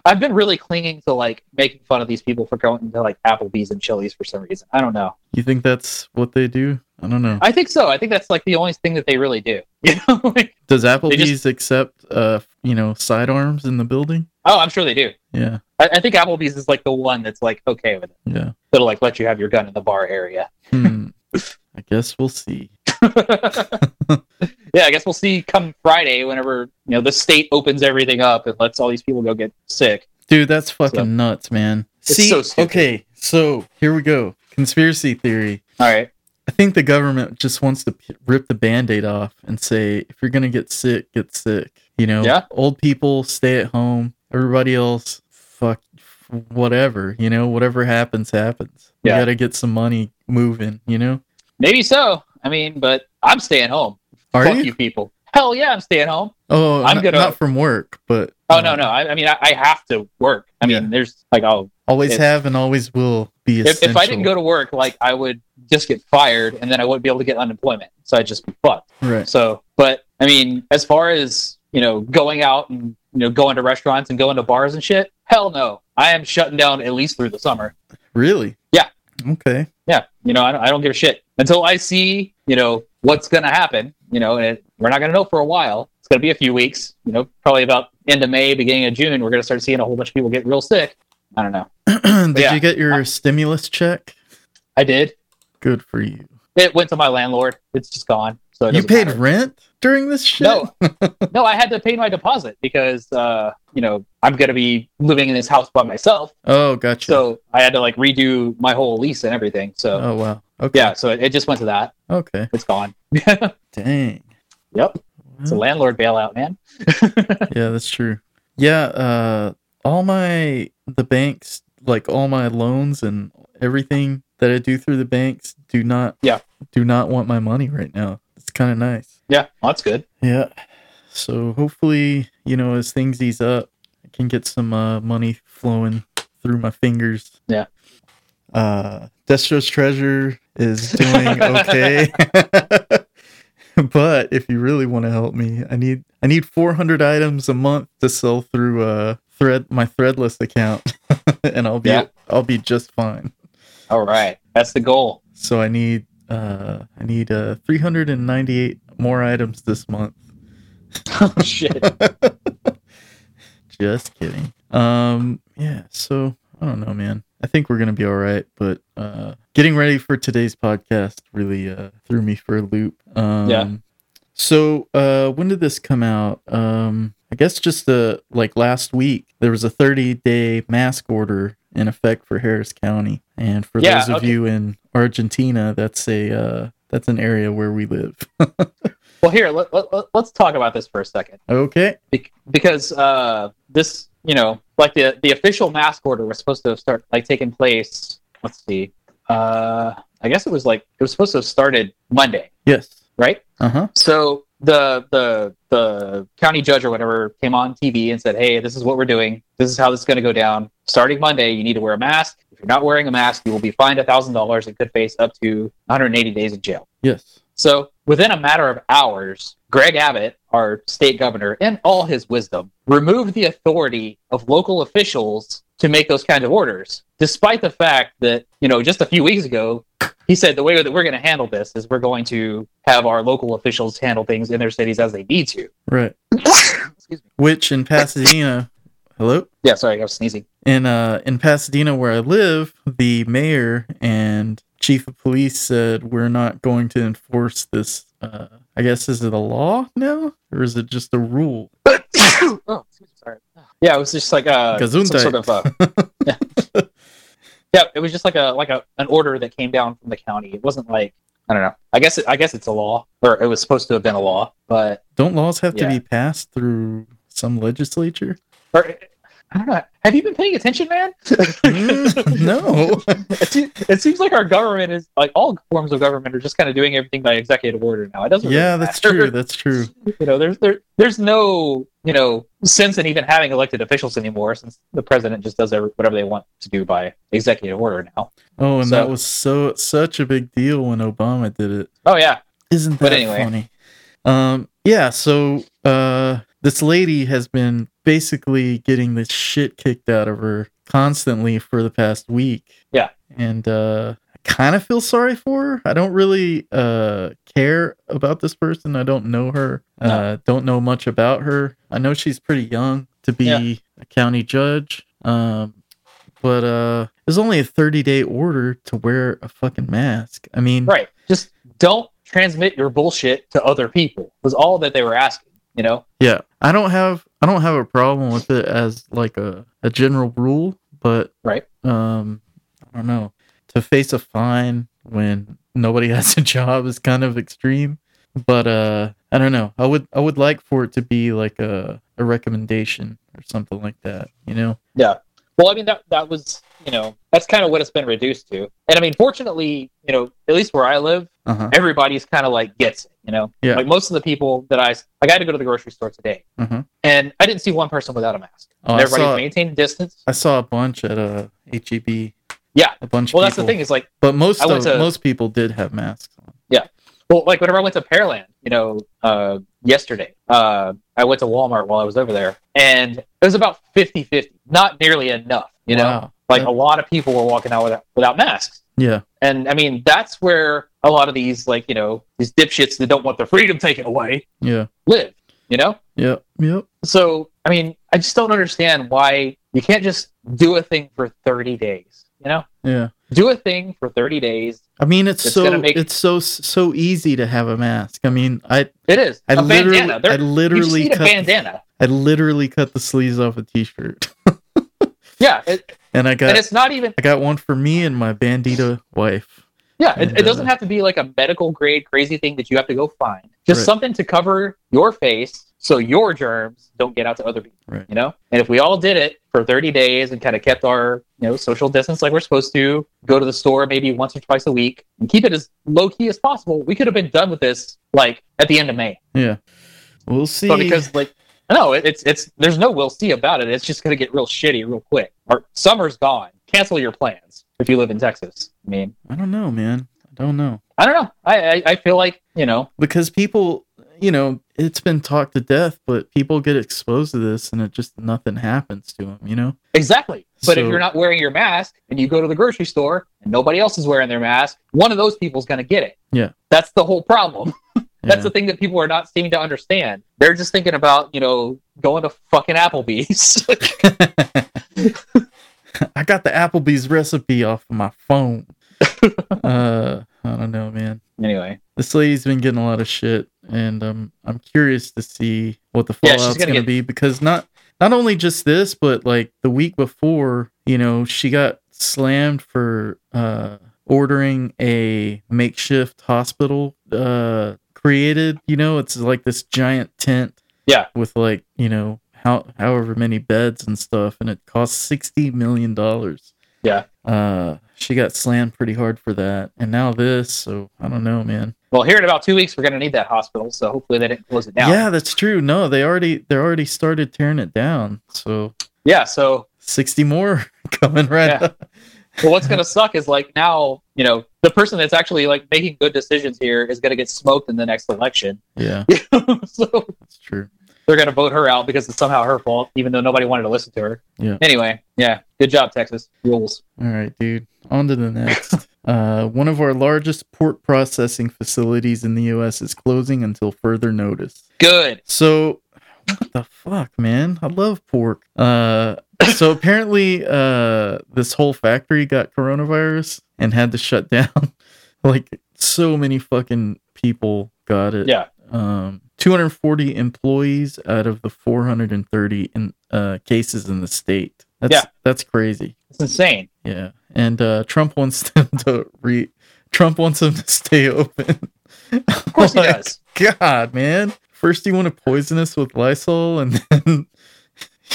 Speaker 2: I've been really clinging to like making fun of these people for going to like Applebee's and Chili's for some reason. I don't know.
Speaker 1: You think that's what they do? I don't know.
Speaker 2: I think so. I think that's like the only thing that they really do. [LAUGHS] You know, like,
Speaker 1: Does
Speaker 2: They
Speaker 1: Applebee's
Speaker 2: just-
Speaker 1: accept uh you know sidearms in the building?
Speaker 2: oh, I'm sure they do.
Speaker 1: Yeah,
Speaker 2: I, I think Applebee's is like the one that's like okay with it.
Speaker 1: yeah.
Speaker 2: That'll like let you have your gun in the bar area.
Speaker 1: Hmm. I guess we'll see.
Speaker 2: [LAUGHS] yeah, I guess we'll see come Friday whenever you know the state opens everything up and lets all these people go get sick.
Speaker 1: Dude, that's fucking
Speaker 2: So-
Speaker 1: nuts, man.
Speaker 2: It's
Speaker 1: see,
Speaker 2: so stupid.
Speaker 1: okay, so here we go. Conspiracy theory.
Speaker 2: All right.
Speaker 1: I think the government just wants to p- rip the band-aid off and say if you're going to get sick, get sick. You know,
Speaker 2: Yeah.
Speaker 1: old people stay at home. Everybody else fuck whatever, you know, whatever happens happens.
Speaker 2: Yeah.
Speaker 1: You got to get some money moving, you know?
Speaker 2: Maybe so. I mean, but I'm staying home.
Speaker 1: Are
Speaker 2: Fuck
Speaker 1: you?
Speaker 2: you? people. Hell yeah, I'm staying home.
Speaker 1: Oh,
Speaker 2: I'm
Speaker 1: I'm
Speaker 2: gonna-
Speaker 1: not from work, but
Speaker 2: Oh
Speaker 1: uh,
Speaker 2: no, no. I, I mean, I, I have to work. I mean,
Speaker 1: Yeah.
Speaker 2: there's like, oh,
Speaker 1: Always
Speaker 2: If-
Speaker 1: have and always will be
Speaker 2: if,
Speaker 1: essential.
Speaker 2: if I didn't go to work, like I would just get fired, and then I wouldn't be able to get unemployment, so I'd just be fucked.
Speaker 1: right.
Speaker 2: So, but I mean, as far as you know, going out and you know, going to restaurants and going to bars and shit, hell no. I am shutting down at least through the summer.
Speaker 1: Really?
Speaker 2: Yeah.
Speaker 1: Okay. [CLEARS THROAT]
Speaker 2: Yeah, you know, I don't, I don't give a shit until I see you know what's gonna happen. You know, and it, we're not gonna know for a while. It's gonna be a few weeks. You know, probably about end of May, beginning of June, we're gonna start seeing a whole bunch of people get real sick. I don't know.
Speaker 1: Did
Speaker 2: Yeah.
Speaker 1: you get your stimulus check?
Speaker 2: I did.
Speaker 1: Good for you.
Speaker 2: It went to my landlord. It's just gone. So it
Speaker 1: You
Speaker 2: doesn't
Speaker 1: paid
Speaker 2: matter.
Speaker 1: rent during this shit?
Speaker 2: No, no, I had to pay my deposit because uh, you know I'm gonna be living in this house by myself.
Speaker 1: Oh, gotcha.
Speaker 2: So I had to like redo my whole lease and everything. So
Speaker 1: oh wow. Okay.
Speaker 2: yeah, so it, it just went to that.
Speaker 1: Okay.
Speaker 2: It's gone.
Speaker 1: Dang.
Speaker 2: Yep, it's a
Speaker 1: Well,
Speaker 2: landlord bailout, man.
Speaker 1: yeah, that's true. Yeah, uh all my the banks like all my loans and everything that I do through the banks do not
Speaker 2: Yeah.
Speaker 1: do not want my money right now. It's kind of nice.
Speaker 2: Yeah, well, that's good.
Speaker 1: Yeah. So hopefully, you know, as things ease up, I can get some uh, money flowing through my fingers.
Speaker 2: Yeah.
Speaker 1: Uh, Destro's Treasure is doing okay. [LAUGHS] but if you really want to help me, I need I need 400 items a month to sell through uh thread my Threadless account, [LAUGHS] and I'll be
Speaker 2: Yeah.
Speaker 1: I'll be just fine.
Speaker 2: All right, that's
Speaker 1: [LAUGHS]
Speaker 2: the goal.
Speaker 1: So I need uh I need uh 398 more items this month.
Speaker 2: Oh, shit.
Speaker 1: Just kidding. Um, yeah. So I don't know, man. I think we're gonna be all right, but uh, getting ready for today's podcast really uh, threw me for a loop. Um,
Speaker 2: Yeah.
Speaker 1: So uh, when did this come out? Um, I guess just uh like last week. There was a 30 day mask order in effect for Harris County, and for
Speaker 2: Yeah,
Speaker 1: those of
Speaker 2: okay.
Speaker 1: you in Argentina, that's a uh, that's an area where we live. [LAUGHS]
Speaker 2: Well, here let, let, let- let's talk about this for a second
Speaker 1: okay.
Speaker 2: Be- because uh, this, you know, like the the official mask order was supposed to start like taking place. Let's see. Uh, I guess it was like it was supposed to have started Monday,
Speaker 1: Yes.
Speaker 2: right?
Speaker 1: Uh huh.
Speaker 2: So the the the county judge or whatever came on TV and said, "Hey, this is what we're doing. This is how this is going to go down. Starting Monday, you need to wear a mask. If you're not wearing a mask, you will be fined thousand dollars and could face up to 180 days in jail."
Speaker 1: Yes.
Speaker 2: So within a matter of hours, Greg Abbott, our state governor, in all his wisdom, removed the authority of local officials to make those kinds of orders, despite the fact that, you know, just a few weeks ago, he said the way that we're going to handle this is we're going to have our local officials handle things in their cities as they need to.
Speaker 1: Right.
Speaker 2: Excuse me.
Speaker 1: Which in Pasadena. Hello.
Speaker 2: Yeah, sorry, I was sneezing.
Speaker 1: in uh in Pasadena where I live, the mayor and chief of police said we're not going to enforce this uh I guess is it a law now or is it just a rule?
Speaker 2: oh, excuse me, sorry. Yeah, it was just like a some
Speaker 1: Gesundheit.
Speaker 2: sort of uh yeah.
Speaker 1: [LAUGHS]
Speaker 2: yeah, it was just like a like a an order that came down from the county. It wasn't like I don't know. I guess it, I guess it's a law, or it was supposed to have been a law, but
Speaker 1: Don't laws have
Speaker 2: Yeah.
Speaker 1: to be passed through Some
Speaker 2: [LAUGHS]
Speaker 1: legislature?
Speaker 2: Or, I don't know. Have you been paying attention, man? [LAUGHS]
Speaker 1: Mm, no.
Speaker 2: It, se- it seems like our government is like all forms of government are just kind of doing everything by executive order now. It doesn't. really
Speaker 1: Yeah, that's
Speaker 2: matter.
Speaker 1: true. That's true.
Speaker 2: You know, there's there, there's no you know sense in even having elected officials anymore since the president just does every, whatever they want to do by executive order now.
Speaker 1: Oh, and
Speaker 2: So-
Speaker 1: that was so such a big deal when Obama did it.
Speaker 2: Oh yeah,
Speaker 1: Isn't that
Speaker 2: But anyway.
Speaker 1: funny? Um, yeah. So uh, this lady has been basically getting the shit kicked out of her constantly for the past week.
Speaker 2: Yeah.
Speaker 1: and uh, I kind of feel sorry for her. I don't really uh, care about this person. I don't know her.
Speaker 2: No.
Speaker 1: Uh, don't know much about her. I know she's pretty young to be
Speaker 2: Yeah.
Speaker 1: a county judge. Um, but uh, it was only a 30 day order to wear a fucking mask. I mean,
Speaker 2: right. Just don't transmit your bullshit to other people was all that they were asking. You know.
Speaker 1: Yeah, I don't have I don't have a problem with it as like a, a general rule, but
Speaker 2: Right.
Speaker 1: um, I don't know to face a fine when nobody [LAUGHS] has a job is kind of extreme, but uh, I don't know. I would I would like for it to be like a a recommendation or something like that. You know?
Speaker 2: Well, I mean that that was you know that's kind of what it's been reduced to. And I mean, fortunately, you know, at least where I live,
Speaker 1: Uh huh.
Speaker 2: everybody's kind of like gets it. You know,
Speaker 1: Yeah.
Speaker 2: like most of the people that I like, I had to go to the grocery store today,
Speaker 1: Mhm.
Speaker 2: and I didn't see one person without a mask.
Speaker 1: Oh, I
Speaker 2: Everybody's
Speaker 1: saw
Speaker 2: maintaining distance.
Speaker 1: I saw a bunch at uh, a HEB.
Speaker 2: Yeah.
Speaker 1: a bunch.
Speaker 2: Well,
Speaker 1: of
Speaker 2: that's the
Speaker 1: people.
Speaker 2: thing is like,
Speaker 1: But most
Speaker 2: I
Speaker 1: of,
Speaker 2: went to-
Speaker 1: most people did have masks on.
Speaker 2: well, like whenever I went to Pearland, you know, uh, yesterday, uh, I went to Walmart while I was over there, and it was about 50-50, not nearly enough. You know,
Speaker 1: Wow.
Speaker 2: like
Speaker 1: Yeah.
Speaker 2: a lot of people were walking out without, without masks.
Speaker 1: yeah.
Speaker 2: And I mean, that's where a lot of these, like, you know, these dipshits that don't want their freedom taken away
Speaker 1: Yeah.
Speaker 2: live, you know?
Speaker 1: Yep. Yep.
Speaker 2: So, I mean, I just don't understand why you can't just do a thing for 30 days, you know?
Speaker 1: Yeah.
Speaker 2: Do a thing for 30 days.
Speaker 1: I mean, it's,
Speaker 2: It's
Speaker 1: so
Speaker 2: gonna make-
Speaker 1: it's so so easy to have a mask. I mean, I
Speaker 2: It is.
Speaker 1: I
Speaker 2: a
Speaker 1: literally
Speaker 2: bandana. There,
Speaker 1: I
Speaker 2: you just
Speaker 1: literally
Speaker 2: need a
Speaker 1: cut
Speaker 2: bandana.
Speaker 1: I literally cut the sleeves off a t-shirt, [LAUGHS]
Speaker 2: Yeah. It,
Speaker 1: and I
Speaker 2: and
Speaker 1: got
Speaker 2: it's not even,
Speaker 1: I got one for me and my bandita wife.
Speaker 2: yeah, it, it
Speaker 1: and,
Speaker 2: doesn't
Speaker 1: uh,
Speaker 2: have to be like a medical grade crazy thing that you have to go find. Just
Speaker 1: Right.
Speaker 2: something to cover your face so your germs don't get out to other people.
Speaker 1: Right.
Speaker 2: you know and if we all did it for 30 days and kind of kept our you know social distance like we're supposed to go to the store maybe once or twice a week and keep it as low key as possible we could have been done with this like at the end of may
Speaker 1: Yeah. We'll see.
Speaker 2: but because like no it, it's it's there's no we'll see about it it's just going to get real shitty real quick our summer's gone cancel your plans if you live in texas i mean
Speaker 1: I don't know, man. I don't know.
Speaker 2: i don't know i i, I feel like you know
Speaker 1: Because people, you know, it's been talked to death, but people get exposed to this and it just nothing happens to them, you know?
Speaker 2: Exactly. But if
Speaker 1: So-
Speaker 2: you're not wearing your mask and you go to the grocery store and nobody else is wearing their mask, one of those people's going to get it.
Speaker 1: Yeah.
Speaker 2: That's the whole problem. [LAUGHS] That's
Speaker 1: Yeah.
Speaker 2: the thing that people are not seeming to understand. They're just thinking about, you know, going to fucking Applebee's. [LAUGHS]
Speaker 1: [LAUGHS] I got the Applebee's recipe off of my
Speaker 2: [LAUGHS]
Speaker 1: phone. uh, I don't know, man.
Speaker 2: anyway,
Speaker 1: This lady's been getting a lot of shit, and um, I'm curious to see what the
Speaker 2: Yeah, she's
Speaker 1: fallout's
Speaker 2: gonna
Speaker 1: gonna
Speaker 2: get-
Speaker 1: be because not not only just this, but like the week before, you know, she got slammed for uh, ordering a makeshift hospital uh, created. You know, it's like this giant tent,
Speaker 2: Yeah.
Speaker 1: with like you know how however many beds and stuff, and it cost sixty million dollars.
Speaker 2: Yeah.
Speaker 1: uh, she got slammed pretty hard for that, and now this. So I don't know, man.
Speaker 2: well, here in about two weeks, we're going to need that hospital. So hopefully they didn't close it down.
Speaker 1: Yeah, that's true. No, they already they already started tearing it down. So
Speaker 2: Yeah, so
Speaker 1: sixty more [LAUGHS] coming right
Speaker 2: Yeah.
Speaker 1: up.
Speaker 2: well, what's going to suck is like now, you know, the person that's actually like making good decisions here is going to get smoked in the next election. [LAUGHS]
Speaker 1: Yeah,
Speaker 2: so
Speaker 1: that's true.
Speaker 2: they're gonna vote her out because it's somehow her fault, even though nobody wanted to listen to her.
Speaker 1: Yeah.
Speaker 2: Anyway, yeah. Good job, Texas. Rules.
Speaker 1: All right, dude. On to the next. uh, one of our largest port processing facilities in the U.S. is closing until further notice.
Speaker 2: Good.
Speaker 1: So, what the fuck, man? I love pork. Uh, [COUGHS] so apparently, uh, this whole factory got coronavirus and had to shut [LAUGHS] down. like, so many fucking people got it.
Speaker 2: Yeah.
Speaker 1: Um, 240 employees out of the 430 in uh, cases in the state. That's that's crazy.
Speaker 2: It's insane.
Speaker 1: Yeah. And uh, Trump wants [LAUGHS] them to re. Trump wants them to stay open. [LAUGHS] Oh
Speaker 2: Of course he does.
Speaker 1: God, man. First you want to poison us with Lysol and [LAUGHS] then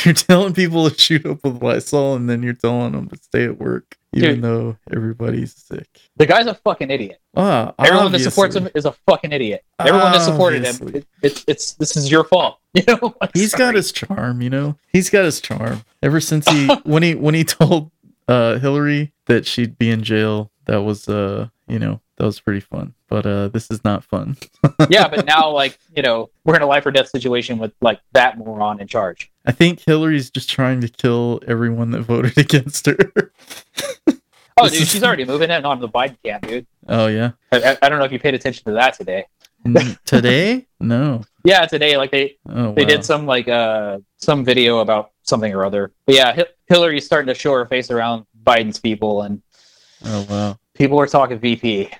Speaker 1: You're telling people to shoot up with Lysol, and then you're telling them to stay at work, even
Speaker 2: Dude.
Speaker 1: though everybody's sick.
Speaker 2: The guy's a
Speaker 1: [LAUGHS]
Speaker 2: fucking idiot.
Speaker 1: Ah,
Speaker 2: Everyone that supports
Speaker 1: obviously.
Speaker 2: him is a fucking idiot. Everyone that supported him,
Speaker 1: Obviously.
Speaker 2: it, it's it's this is your fault. [LAUGHS] You
Speaker 1: [LAUGHS]
Speaker 2: know, like,
Speaker 1: He's got
Speaker 2: sorry.
Speaker 1: his charm, you know. He's got his charm. Ever since
Speaker 2: [LAUGHS]
Speaker 1: he when he when he told uh Hillary that she'd be in jail, that was uh, you know, that was pretty fun. But uh this is not fun.
Speaker 2: yeah, but now like you know we're in a life or death situation with like that moron in charge.
Speaker 1: I think Hillary's just trying to kill everyone that [LAUGHS] voted against her. [LAUGHS]
Speaker 2: Oh,
Speaker 1: This
Speaker 2: dude,
Speaker 1: is-
Speaker 2: she's already moving in on the Biden camp, dude.
Speaker 1: oh yeah.
Speaker 2: I, I, I don't know if you paid attention to that today.
Speaker 1: N- Today? No.
Speaker 2: Yeah, today like they
Speaker 1: Oh
Speaker 2: they
Speaker 1: wow.
Speaker 2: did some like uh some video about something or other. But yeah, Hi- Hillary's starting to show her face around Biden's people, and
Speaker 1: Oh wow.
Speaker 2: people are talking VP.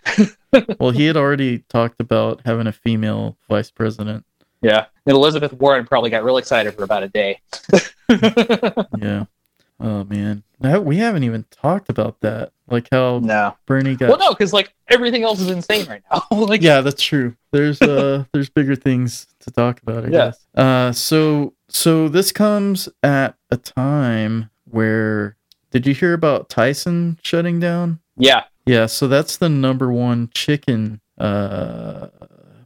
Speaker 1: Well, he had already talked about having a female vice president.
Speaker 2: Yeah, and Elizabeth Warren probably got real excited for about a
Speaker 1: [LAUGHS]
Speaker 2: day.
Speaker 1: Yeah. Oh man. That we haven't even talked about that. Like how
Speaker 2: no.
Speaker 1: Bernie got
Speaker 2: Well, no, because like everything else is insane right now. [LAUGHS] like,
Speaker 1: yeah that's true there's
Speaker 2: [LAUGHS]
Speaker 1: uh there's bigger things to talk about i
Speaker 2: Yeah.
Speaker 1: guess uh so so this comes at a time where did you hear about tyson shutting down
Speaker 2: yeah,
Speaker 1: yeah so that's the number one chicken uh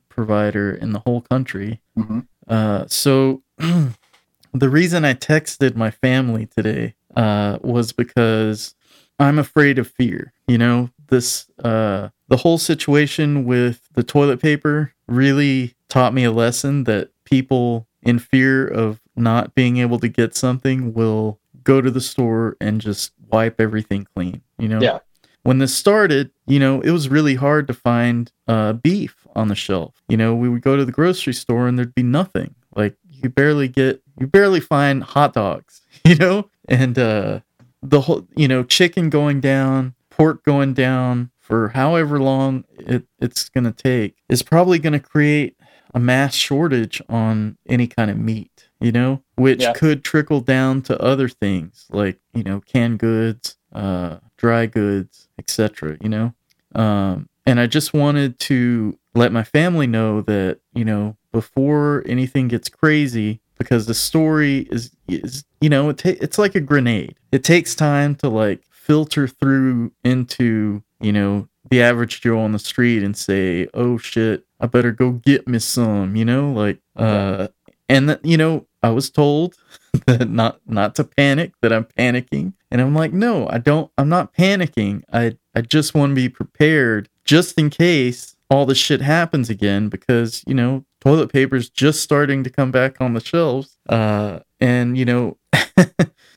Speaker 1: provider in the whole country
Speaker 2: Mhm.
Speaker 1: uh so [CLEARS THROAT] the reason i texted my family today uh was because I'm afraid of fear. You know, this uh the whole situation with the toilet paper really taught me a lesson that people in fear of not being able to get something will go to the store and just wipe everything clean, you know?
Speaker 2: Yeah.
Speaker 1: When this started, you know, it was really hard to find uh beef on the shelf. You know, we would go to the grocery store and there'd be nothing. Like you barely get you barely find hot dogs, [LAUGHS] you know? And uh the whole you know chicken going down pork going down for however long it, it's going to take is probably going to create a mass shortage on any kind of meat you know which
Speaker 2: Yeah.
Speaker 1: could trickle down to other things like you know canned goods uh dry goods etc you know um and i just wanted to let my family know that you know before anything gets crazy because the story is is you know it ta- it's like a grenade it takes time to like filter through into you know the average joe on the street and say oh shit i better go get me some you know like uh and th- you know i was told [LAUGHS] that not not to panic that i'm panicking and i'm like no i don't i'm not panicking i i just want to be prepared just in case all this shit happens again because you know toilet paper's just starting to come back on the shelves uh and you know [LAUGHS]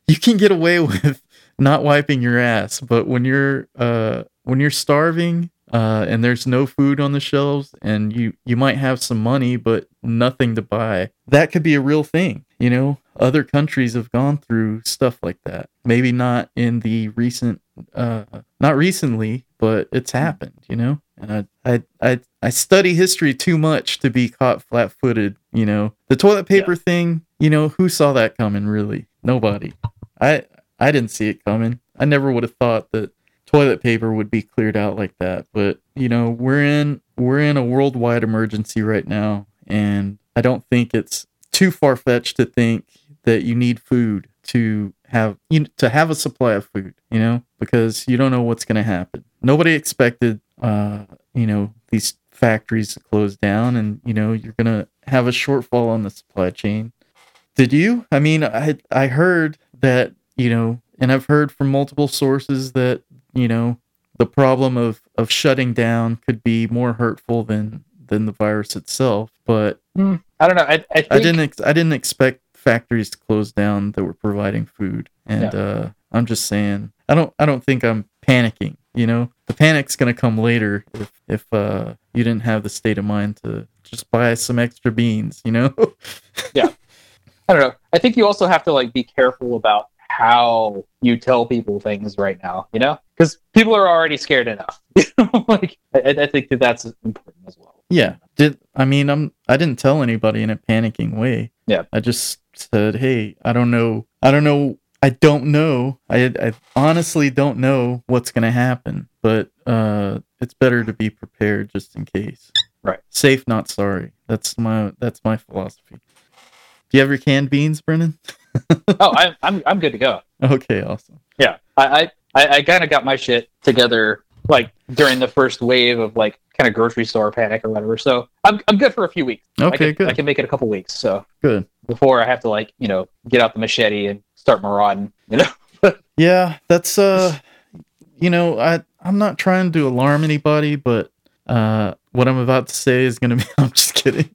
Speaker 1: you can get away [LAUGHS] with not wiping your ass but when you're uh when you're starving uh, and there's no food on the shelves and you you might have some money but nothing to buy that could be a real thing you know other countries have gone through stuff like that maybe not in the recent uh not recently but it's happened you know and i i i, I study history too much to be caught flat-footed you know the toilet paper thing you know who saw that coming really nobody i i didn't see it coming i never would have thought that toilet paper would be cleared out like that but you know we're in we're in a worldwide emergency right now and i don't think it's too far-fetched to think that you need food to have you know, to have a supply of food you know because you don't know what's going to happen nobody expected uh you know these factories to close down and you know you're going to have a shortfall on the supply chain did you? I mean, I I heard that you know, and I've heard from multiple sources that you know the problem of of shutting down could be more hurtful than than the virus itself. But
Speaker 2: I don't know. I, I, think,
Speaker 1: I didn't ex- I didn't expect factories to close down that were providing food, and uh, I'm just saying I don't I don't think I'm panicking. You know, the panic's gonna come later if if uh, you didn't have the state of mind to just buy some extra beans. You know. [LAUGHS]
Speaker 2: I don't know. I think you also have to like be careful about how you tell people things right now. You know, because people are already scared enough. [LAUGHS] You know, like I, I I think that that's important as well.
Speaker 1: Yeah. Did I mean I'm I didn't tell anybody in a panicking way.
Speaker 2: Yeah.
Speaker 1: I just said, "Hey, I don't know. I don't know. I don't know. I I honestly don't know what's going to happen, but uh it's better to be prepared just in case."
Speaker 2: Right.
Speaker 1: Safe not sorry. That's my that's my philosophy. Do you have your canned beans, Brennan? [LAUGHS]
Speaker 2: oh, I'm, I'm I'm good to go.
Speaker 1: Okay, awesome.
Speaker 2: Yeah, I I, I kind of got my shit together like during the first wave of like kind of grocery store panic or whatever. So I'm I'm good for a few weeks. I
Speaker 1: Okay,
Speaker 2: can, I
Speaker 1: good,
Speaker 2: can make it a couple weeks. So
Speaker 1: good.
Speaker 2: before I have to like you know get out the machete and start marauding. You
Speaker 1: [LAUGHS]
Speaker 2: know.
Speaker 1: Yeah, that's uh, you know, I I'm not trying to alarm anybody, but uh, what I'm about to say is gonna be. [LAUGHS] I'm just kidding.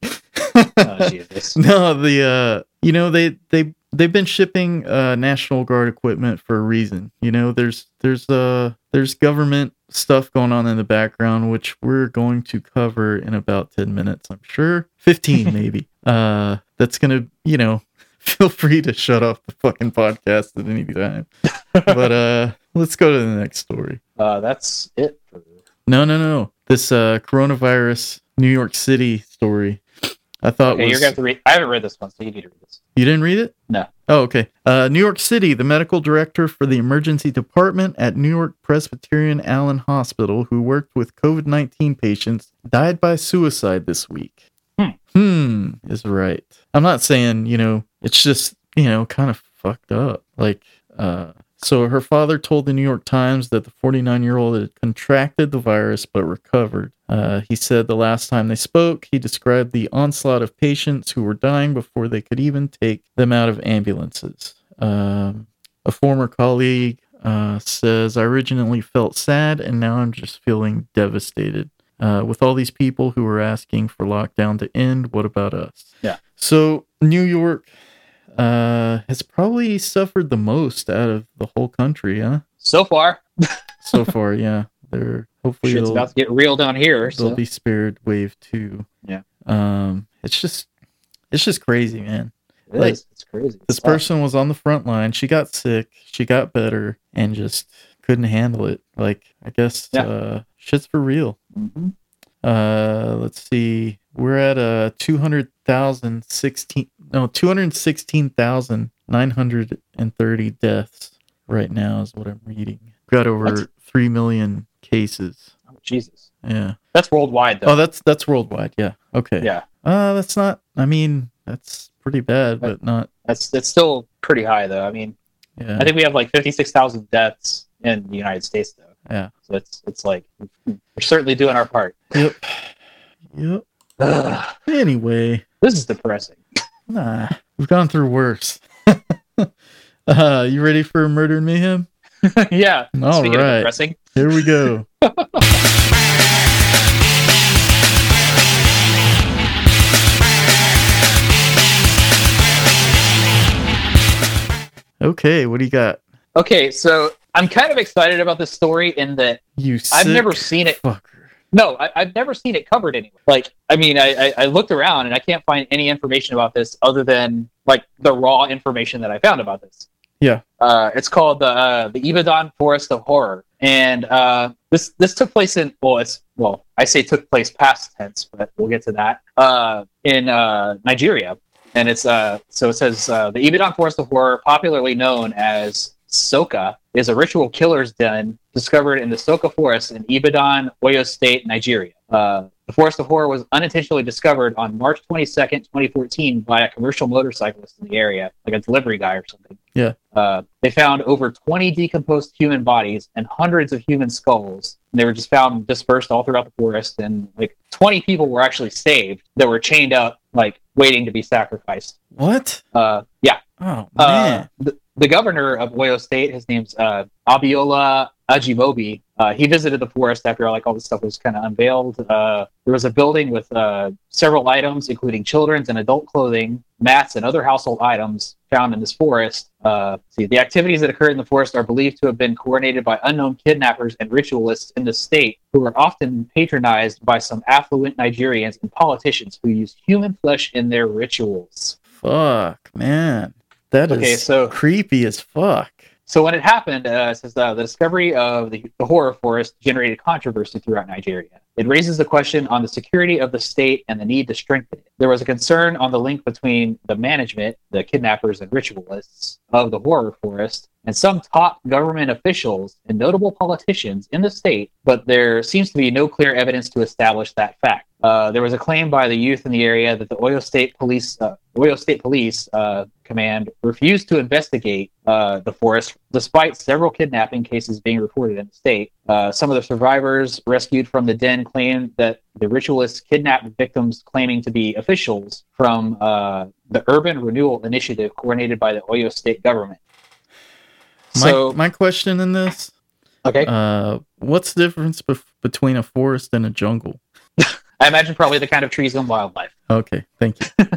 Speaker 2: Oh,
Speaker 1: [LAUGHS]
Speaker 2: Jesus.
Speaker 1: No, the uh, you know they they they've been shipping uh National Guard equipment for a reason. You know, there's there's uh there's government stuff going on in the background, which we're going to cover in about ten minutes, I'm sure,
Speaker 2: [LAUGHS]
Speaker 1: fifteen maybe. Uh, that's gonna you know [LAUGHS] feel free to shut off the fucking podcast at any time. but uh, let's go to the next story.
Speaker 2: Uh, that's it. for-
Speaker 1: No, no, no. This uh coronavirus New York City story. I thought
Speaker 2: Okay,
Speaker 1: was
Speaker 2: you're gonna have to read. I haven't read this one, so you need to read this.
Speaker 1: you didn't read it?
Speaker 2: No.
Speaker 1: Oh, okay. Uh, New York City, the medical director for the emergency department at New York Presbyterian Allen Hospital, who worked with COVID 19 patients, died by suicide this week.
Speaker 2: Hmm.
Speaker 1: Hmm, is right. I'm not saying, you know, it's just, you know, kind of fucked up. Like, uh, so her father told the New York Times that the 49 year old had contracted the virus but recovered. Uh, he said the last time they spoke, he described the onslaught of patients who were dying before they could even take them out of ambulances. Um, a former colleague uh, says, I originally felt sad and now I'm just feeling devastated. Uh, with all these people who were asking for lockdown to end, what about us?
Speaker 2: Yeah.
Speaker 1: So, New York uh, has probably suffered the most out of the whole country, huh?
Speaker 2: So far,
Speaker 1: So far, yeah. They're hopefully
Speaker 2: shit's
Speaker 1: they'll-
Speaker 2: about to get real down here.
Speaker 1: There'll
Speaker 2: So.
Speaker 1: be Spirit Wave two.
Speaker 2: Yeah.
Speaker 1: Um, it's just, it's just crazy, man.
Speaker 2: It
Speaker 1: like,
Speaker 2: is. It's crazy.
Speaker 1: This
Speaker 2: It's wild.
Speaker 1: person was on the front line. She got sick. She got better, and just couldn't handle it. Like, I guess,
Speaker 2: Yeah.
Speaker 1: uh, shit's for real.
Speaker 2: Mhm.
Speaker 1: Uh, let's see. We're at uh, 200,016 no 216,930 deaths right now is what I'm reading. Got over
Speaker 2: What?
Speaker 1: 3 million cases.
Speaker 2: Oh, Jesus,
Speaker 1: Yeah.
Speaker 2: that's worldwide
Speaker 1: Oh,
Speaker 2: though.
Speaker 1: that's that's worldwide. Yeah. Okay.
Speaker 2: yeah,
Speaker 1: Uh, that's not I mean, that's pretty bad, but not
Speaker 2: that's that's still pretty high though. I mean,
Speaker 1: yeah.
Speaker 2: I think we have like fifty six thousand deaths in the United States though.
Speaker 1: Yeah.
Speaker 2: So it's it's like we're certainly doing our part.
Speaker 1: Yep. Yep.
Speaker 2: Ugh,
Speaker 1: Anyway,
Speaker 2: this is
Speaker 1: [LAUGHS]
Speaker 2: depressing.
Speaker 1: nah. We've gone through worse. [LAUGHS] uh, you ready for murder and mayhem?
Speaker 2: yeah.
Speaker 1: All
Speaker 2: Speaking
Speaker 1: right.
Speaker 2: of depressing,
Speaker 1: Here we go. okay, what do you got?
Speaker 2: okay. So I'm kind of excited about this story in that
Speaker 1: You sick
Speaker 2: I've never seen it.
Speaker 1: fucker.
Speaker 2: No, I, I've never seen it covered anywhere. Like, I mean, I, I, I looked around and I can't find any information about this other than like the raw information that I found about this.
Speaker 1: Yeah.
Speaker 2: Uh, it's called the uh, the Ibadan Forest of Horror, and uh, this this took place in well, it's well, I say took place past tense, but we'll get to that uh, in uh, Nigeria, and it's uh, so it says uh, the Ibadan Forest of Horror, popularly known as Soka, is a ritual killer's den discovered in the Soka Forest in Ibadan, Oyo State, Nigeria. Uh, the Forest of Horror was unintentionally discovered on March 22nd, 2014, by a commercial motorcyclist in the area, like a delivery guy or something. Uh, they found over 20 decomposed human bodies and hundreds of human skulls. And they were just found dispersed all throughout the forest, and like 20 people were actually saved that were chained up, like waiting to be sacrificed.
Speaker 1: What?
Speaker 2: Uh, yeah.
Speaker 1: Oh man.
Speaker 2: Uh, the, the governor of Oyo State, his name's uh, Abiola Ajimobi. Uh, he visited the forest after like all this stuff was kind of unveiled. Uh, there was a building with uh, several items, including children's and adult clothing, mats, and other household items found in this forest. Uh, see, the activities that occurred in the forest are believed to have been coordinated by unknown kidnappers and ritualists in the state, who are often patronized by some affluent Nigerians and politicians who use human flesh in their rituals.
Speaker 1: fuck, man. That is
Speaker 2: Okay, so-
Speaker 1: creepy as fuck.
Speaker 2: So when it happened, uh, it says uh, the discovery of the, the horror forest generated controversy throughout Nigeria. It raises the question on the security of the state and the need to strengthen it. There was a concern on the link between the management, the kidnappers and ritualists of the horror forest, and some top government officials and notable politicians in the state, but there seems to be no clear evidence to establish that fact. Uh, there was a claim by the youth in the area that the Oil State Police, uh, Oil State Police uh, Command, refused to investigate uh, the forest, despite several kidnapping cases being reported in the state. Uh, some of the survivors rescued from the den claimed that the ritualists kidnapped victims claiming to be officials from uh, the Urban Renewal Initiative coordinated by the Oyo State government.
Speaker 1: My,
Speaker 2: So,
Speaker 1: my question in this
Speaker 2: okay,
Speaker 1: uh, what's the difference bef- between a forest and a jungle?
Speaker 2: I imagine probably the kind of trees and wildlife.
Speaker 1: Okay, thank you.
Speaker 2: [LAUGHS]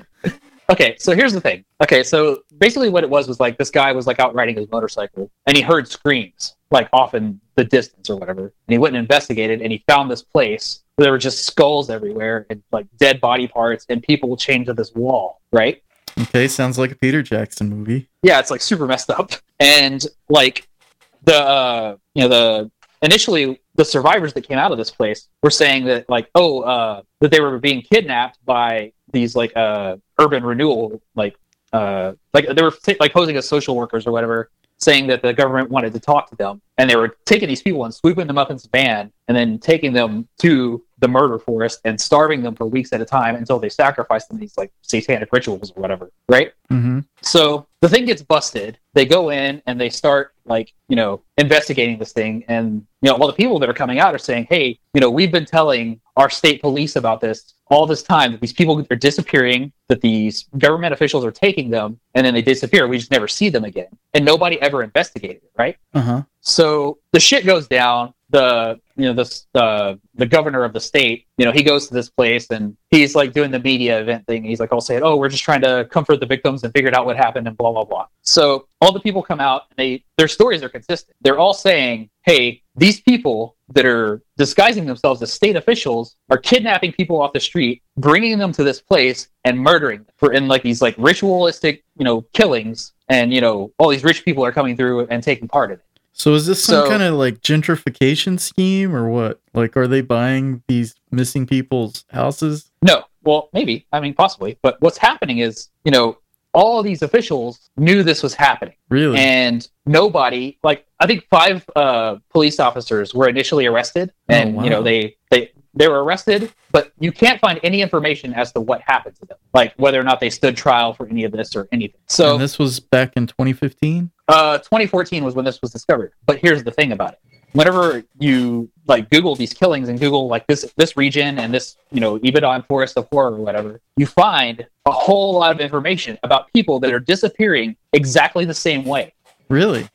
Speaker 2: Okay, so here's the thing. Okay, so basically what it was was like this guy was like out riding his motorcycle and he heard screams like off in the distance or whatever. And he went and investigated and he found this place where there were just skulls everywhere and like dead body parts and people chained to this wall, right?
Speaker 1: Okay, sounds like a Peter Jackson movie.
Speaker 2: yeah, it's like super messed up. And like the uh, you know the initially the survivors that came out of this place were saying that like oh uh, that they were being kidnapped by these like uh, urban renewal like uh, like they were like posing as social workers or whatever saying that the government wanted to talk to them and they were taking these people and swooping them up in this van and then taking them to the murder forest and starving them for weeks at a time until they sacrificed them in these like satanic rituals or whatever right
Speaker 1: Mm-hmm.
Speaker 2: so the thing gets busted. They go in and they start like, you know, investigating this thing. And, you know, well, the people that are coming out are saying, hey, you know, we've been telling our state police about this all this time that these people are disappearing, that these government officials are taking them, and then they disappear. We just never see them again. And nobody ever investigated it, right?
Speaker 1: Uh huh.
Speaker 2: So the shit goes down. The you know the uh, the governor of the state, you know, he goes to this place and he's like doing the media event thing. He's like all saying, "Oh, we're just trying to comfort the victims and figured out what happened and blah blah blah." So all the people come out and they their stories are consistent. They're all saying, "Hey, these people that are disguising themselves as state officials are kidnapping people off the street, bringing them to this place and murdering them for in like these like ritualistic you know killings." And you know all these rich people are coming through and taking part in it.
Speaker 1: So is this some
Speaker 2: So-
Speaker 1: kind of like gentrification scheme or what? Like, are they buying these missing people's houses?
Speaker 2: No. Well, maybe. I mean, possibly. But what's happening is, you know, all these officials knew this was happening,
Speaker 1: Really?
Speaker 2: and nobody, like, I think five uh, police officers were initially arrested,
Speaker 1: Oh,
Speaker 2: and you
Speaker 1: wow.
Speaker 2: know, they they they were arrested, but you can't find any information as to what happened to them, like whether or not they stood trial for any of this or anything. So,
Speaker 1: and this was back in 2015.
Speaker 2: uh, 2014 was when this was discovered. But here's the thing about it: whenever you like Google these killings and Google like this this region and this you know Ibadan Forest of Horror or whatever, you find a whole lot of information about people that are disappearing exactly the same way
Speaker 1: Really?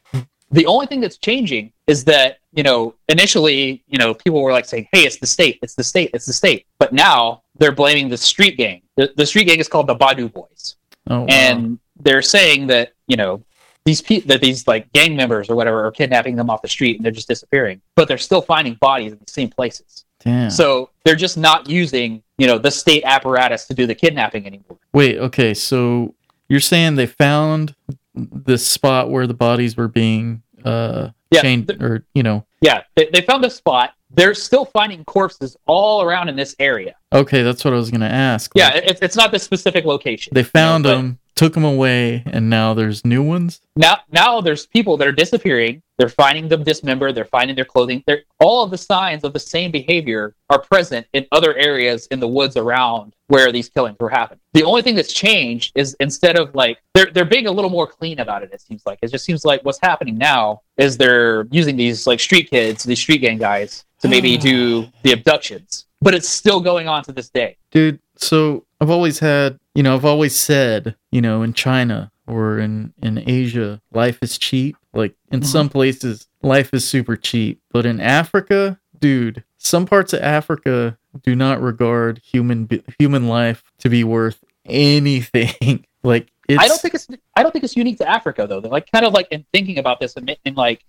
Speaker 2: the only thing that's changing is that you know initially you know people were like saying hey it's the state it's the state it's the state but now they're blaming the street gang the, the street gang is called the badu boys
Speaker 1: Oh, wow.
Speaker 2: and they're saying that you know these pe- that these like gang members or whatever are kidnapping them off the street and they're just disappearing but they're still finding bodies in the same places
Speaker 1: damn.
Speaker 2: so they're just not using you know the state apparatus to do the kidnapping anymore
Speaker 1: Wait, okay, so you're saying they found this spot where the bodies were being uh
Speaker 2: Yeah,
Speaker 1: chained
Speaker 2: th-
Speaker 1: or you know.
Speaker 2: yeah they, they found a spot they're still finding corpses all around in this area
Speaker 1: Okay, that's what I was going to ask.
Speaker 2: Yeah,
Speaker 1: Like,
Speaker 2: it, it's- it's not the specific location.
Speaker 1: they
Speaker 2: you know,
Speaker 1: found
Speaker 2: but
Speaker 1: them, took them away, and now there's new ones?
Speaker 2: Now, now there's people that are disappearing. They're finding them dismembered. They're finding their clothing. They're, all of the signs of the same behavior are present in other areas in the woods around where these killings were happening. The only thing that's changed is instead of like they're they're being a little more clean about it. It seems like it just seems like what's happening now is they're using these like street kids, these street gang guys, to maybe do the abductions. But it's still going on to this day.
Speaker 1: Dude, so I've always had, you know, I've always said, you know, in China or in in Asia, life is cheap. Like in
Speaker 2: Mhm.
Speaker 1: some places life is super cheap, but in Africa, dude, some parts of Africa do not regard human be- human life to be worth anything. [LAUGHS] like it's
Speaker 2: I don't think it's I don't think it's unique to Africa though. They're like kind of like in thinking about this and, and like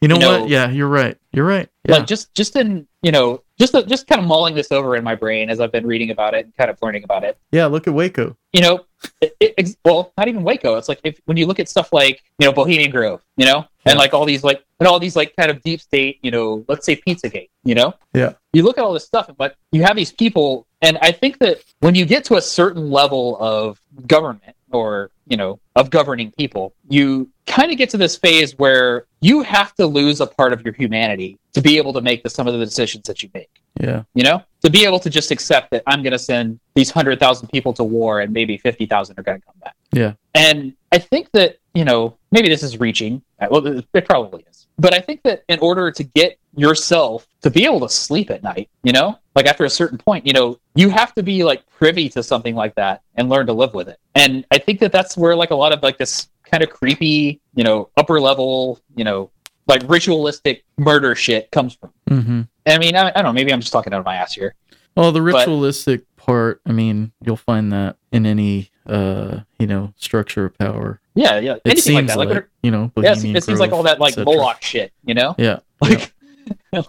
Speaker 1: You know
Speaker 2: you know-
Speaker 1: what? Yeah, you're right. You're right. Yeah.
Speaker 2: like just just in you know just just kind of mulling this over in my brain as I've been reading about it and kind of learning about it.
Speaker 1: yeah, look at Waco.
Speaker 2: You know, it, it, ex- well, not even Waco. It's like if when you look at stuff like you know Bohemian Grove, you know, and
Speaker 1: Yeah.
Speaker 2: like all these like and all these like kind of deep state, you know, let's say Pizzagate, you know.
Speaker 1: Yeah.
Speaker 2: You look at all this stuff, but you have these people, and I think that when you get to a certain level of government or you know of governing people, you kind of get to this phase where you have to lose a part of your humanity to be able to make the, some of the decisions that you make.
Speaker 1: Yeah.
Speaker 2: you know to be able to just accept that i'm going to send these 100000 people to war and maybe 50000 are going to come back
Speaker 1: Yeah.
Speaker 2: and i think that you know maybe this is reaching Uh, well it it probably is but i think that in order to get yourself to be able to sleep at night you know like after a certain point you know you have to be like privy to something like that and learn to live with it and i think that that's where like a lot of like this kind of creepy you know upper level you know like ritualistic murder shit comes from
Speaker 1: Mm-hmm.
Speaker 2: I mean, I, I don't know. Maybe I'm just talking out of my ass here.
Speaker 1: Well, the
Speaker 2: But-
Speaker 1: ritualistic part, I mean, you'll find that in any, uh, you know, structure of power.
Speaker 2: Yeah, yeah.
Speaker 1: It
Speaker 2: Anything like
Speaker 1: seems
Speaker 2: that. Like,
Speaker 1: like,
Speaker 2: what-
Speaker 1: you know,
Speaker 2: yeah, it
Speaker 1: Bohemian
Speaker 2: seems like
Speaker 1: Grove,
Speaker 2: all that like
Speaker 1: et cetera.
Speaker 2: Moloch shit. You know,
Speaker 1: Yeah.
Speaker 2: [LAUGHS] like,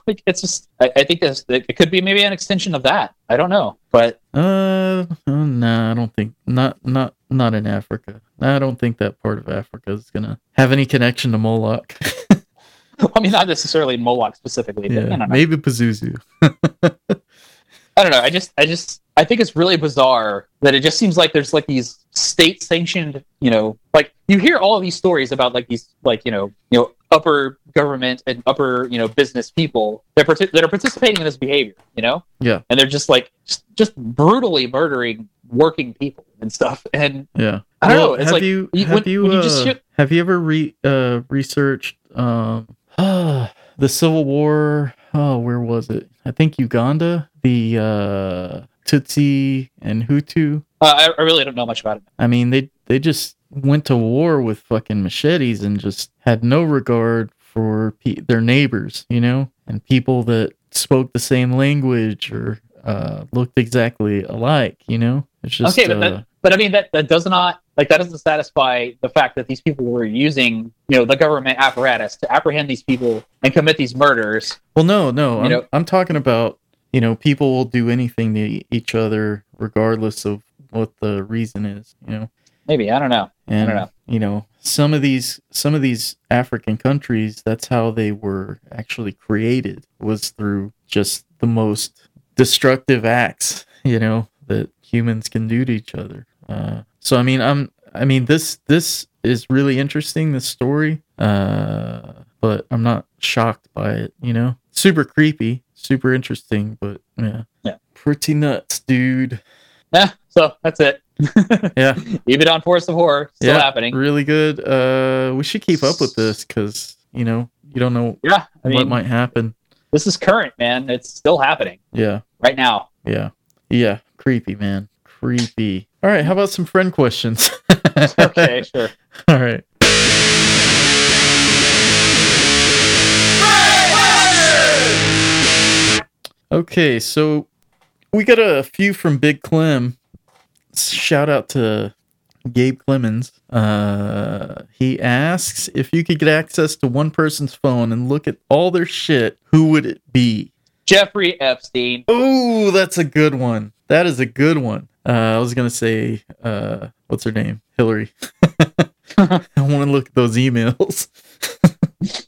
Speaker 2: like it's just. I, I think this it could be maybe an extension of that. I don't know, but [LAUGHS]
Speaker 1: Uh, no, nah, I don't think not not not in Africa. I don't think that part of Africa is gonna have any connection to Moloch. [LAUGHS]
Speaker 2: I mean, not necessarily Moloch specifically. But, I
Speaker 1: yeah,
Speaker 2: don't know.
Speaker 1: maybe Pazuzu.
Speaker 2: I don't know. I just, I just, I think it's really bizarre that it just seems like there's like these state sanctioned, you know, like you hear all these stories about like these, like you know, you know, upper government and upper, you know, business people that partic- that are participating in this behavior, you know,
Speaker 1: Yeah.
Speaker 2: and they're just like just, just brutally murdering working people and stuff. And
Speaker 1: Yeah,
Speaker 2: I don't
Speaker 1: Well,
Speaker 2: know. It's
Speaker 1: have
Speaker 2: like
Speaker 1: you
Speaker 2: you-
Speaker 1: have
Speaker 2: when-
Speaker 1: you,
Speaker 2: when you
Speaker 1: uh,
Speaker 2: just hear-
Speaker 1: have you ever re uh researched
Speaker 2: [SIGHS]
Speaker 1: um the Civil War? Oh, where was it? I think Uganda. The uh Tutsi and Hutu.
Speaker 2: uh, I, I really don't know much about it.
Speaker 1: I mean, they they just went to war with fucking machetes and just had no regard for pe- their neighbors, you know, and people that spoke the same language or uh, looked exactly alike, you know. It's just
Speaker 2: Okay, but
Speaker 1: uh,
Speaker 2: But I mean, that that does not like that doesn't satisfy the fact that these people were using, you know, the government apparatus to apprehend these people and commit these murders.
Speaker 1: well, no, no,
Speaker 2: You
Speaker 1: I'm,
Speaker 2: know-
Speaker 1: I'm talking about you know people will do anything to e- each other regardless of what the reason is, you know.
Speaker 2: Maybe I don't know. [LAUGHS]
Speaker 1: and
Speaker 2: don't know.
Speaker 1: you know some of these some of these african countries that's how they were actually created was through just the most destructive acts [LAUGHS] you know that humans can do to each other uh, so i mean i'm i mean this this is really interesting this story uh, but i'm not shocked by it you know super creepy super interesting but yeah
Speaker 2: Yeah.
Speaker 1: pretty nuts dude
Speaker 2: Yeah, Eh, so that's it. [LAUGHS]
Speaker 1: yeah
Speaker 2: Even on Force of Horror, still
Speaker 1: Yeah.
Speaker 2: happening.
Speaker 1: really good. Uh, we should keep up with this because you know you don't know
Speaker 2: Yeah, I
Speaker 1: what
Speaker 2: mean,
Speaker 1: might happen.
Speaker 2: this is current, man. It's still happening
Speaker 1: Yeah,
Speaker 2: right
Speaker 1: [LAUGHS]
Speaker 2: now.
Speaker 1: yeah, yeah. Creepy, man. Creepy. All right, how about some friend questions? [LAUGHS]
Speaker 2: Okay, sure.
Speaker 1: All right. Okay, so we got a few from Big Clem. Shout out to Gabe Clemens. Uh, he asks if you could get access to one person's phone and look at all their shit, who would it be?
Speaker 2: Jeffrey Epstein.
Speaker 1: Oh, that's a good one. That is a good one. Uh, I was gonna say, uh, what's her name? Hillary. [LAUGHS] I want to look at those emails.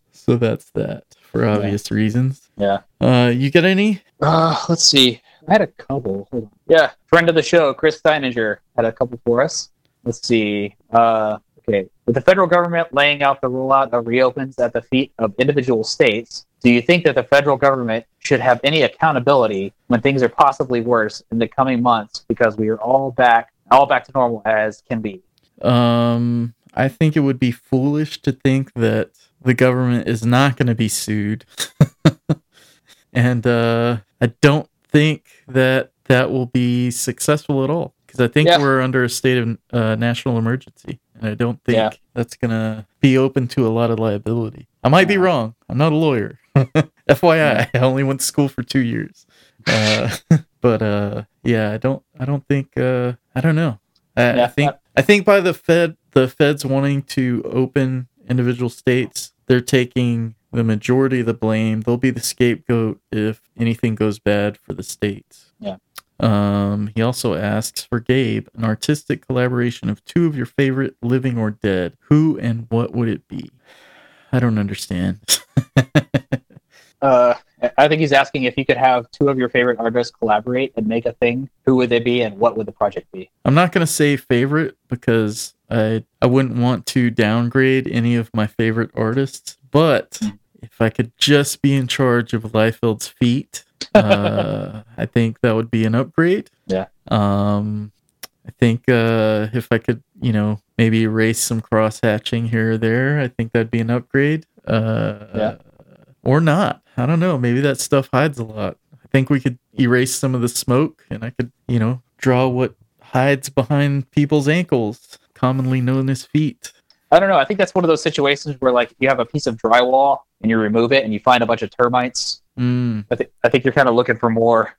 Speaker 1: [LAUGHS] so that's that for
Speaker 2: Yeah.
Speaker 1: obvious reasons.
Speaker 2: Yeah.
Speaker 1: Uh, you got any?
Speaker 2: Uh, let's see. I had a couple. Hold on. Yeah, friend of the show, Chris Steininger, had a couple for us. Let's see. Uh, okay. With the federal government laying out the rollout of reopens at the feet of individual states, do you think that the federal government should have any accountability when things are possibly worse in the coming months because we are all back, all back to normal as can be?
Speaker 1: Um, I think it would be foolish to think that the government is not going to be sued. [LAUGHS] and uh, I don't think that that will be successful at all because I think
Speaker 2: Yeah.
Speaker 1: we're under a state of uh, national emergency. And I don't think
Speaker 2: Yeah.
Speaker 1: that's going to be open to a lot of liability. I might be
Speaker 2: Yeah.
Speaker 1: wrong. I'm not a lawyer. [LAUGHS] FYI, I only went to school for two years. Uh, [LAUGHS] but uh, yeah, I don't, I don't think, uh, I don't know. I, I
Speaker 2: Yeah.
Speaker 1: think I think by the Fed, the Fed's wanting to open individual states, they're taking the majority of the blame. They'll be the scapegoat if anything goes bad for the states.
Speaker 2: Yeah.
Speaker 1: Um, he also asks for Gabe, an artistic collaboration of two of your favorite, living or dead. Who and what would it be? I don't understand. [LAUGHS]
Speaker 2: Uh, I- I think he's asking if you could have two of your favorite artists collaborate and make a thing. Who would they be, and what would the project be?
Speaker 1: I'm not gonna say favorite
Speaker 2: Hmm.
Speaker 1: because I I wouldn't want to downgrade any of my favorite artists, but if I could just be in charge of Liefeld's
Speaker 2: [LAUGHS]
Speaker 1: feet, uh, I think that would be an upgrade.
Speaker 2: Yeah.
Speaker 1: Um, I think uh, if I could, you know, maybe erase some cross hatching here or there, I think that'd be an upgrade. Uh,
Speaker 2: Yeah.
Speaker 1: Or not. I don't know. Maybe that stuff hides a lot. I think we could erase some of the smoke and I could, you know, draw what hides behind people's ankles, commonly known as feet.
Speaker 2: I don't know. I think that's one of those situations where like you have a piece of drywall and you remove it and you find a bunch of termites.
Speaker 1: Mm,
Speaker 2: I think I think you're kind of looking for more.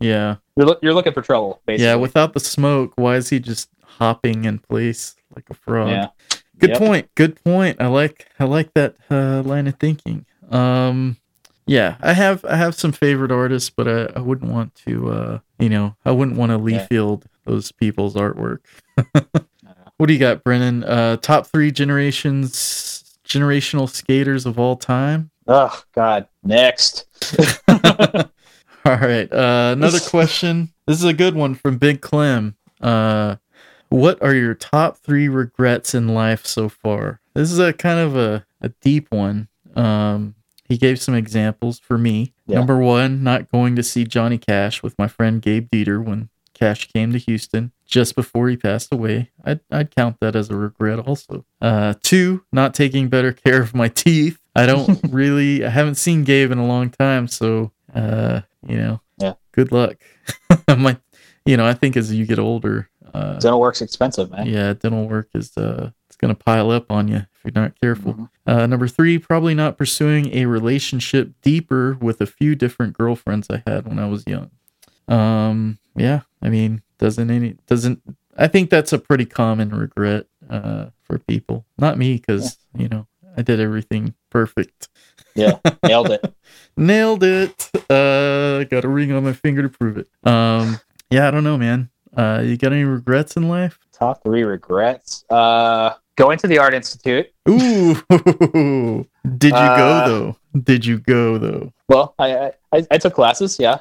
Speaker 1: yeah.
Speaker 2: You're loo- you're looking for trouble, basically.
Speaker 1: Yeah, without the smoke, why is he just hopping in place like a frog?
Speaker 2: Yeah.
Speaker 1: Good
Speaker 2: Yep.
Speaker 1: point. Good point. I like I like that uh, line of thinking. Um, yeah, I have I have some favorite artists, but I, I wouldn't want to uh, you know I wouldn't want to
Speaker 2: Yeah.
Speaker 1: leafield those people's artwork. [LAUGHS] what do you got, Brennan? Uh, top three generations generational skaters of all time.
Speaker 2: Oh God. Next.
Speaker 1: [LAUGHS] All right. Uh, another question. This is a good one from Big Clem. Uh, what are your top three regrets in life so far? This is a kind of a, a deep one. Um, he gave some examples for me.
Speaker 2: Yeah.
Speaker 1: Number one, not going to see Johnny Cash with my friend Gabe Dieter when Cash came to Houston just before he passed away. I'd, I'd count that as a regret also. Uh, two, not taking better [LAUGHS] care of my teeth. I don't really, I haven't seen Gabe in a long time. So, uh, you know,
Speaker 2: Yeah.
Speaker 1: good luck. [LAUGHS] my, you know, I think as you get older, uh,
Speaker 2: Dental work's expensive, man.
Speaker 1: yeah, dental work is, uh, it's going to pile up on you if you're not careful. Uh, number three, probably not pursuing a relationship deeper with a few different girlfriends I had when I was young. Um, yeah, I mean, doesn't any doesn't I think that's a pretty common regret uh, for people. Not me, because you know I did everything perfect,
Speaker 2: [LAUGHS] Nailed it.
Speaker 1: nailed it. Uh, got a ring on my finger to prove it. Um, yeah, I don't know, man. Uh, you got any regrets in life?
Speaker 2: Top three regrets. Uh, going to the art institute.
Speaker 1: Ooh, [LAUGHS] did you
Speaker 2: Uh,
Speaker 1: go though? Did you go though?
Speaker 2: Well, I I- I, I took classes. Yeah.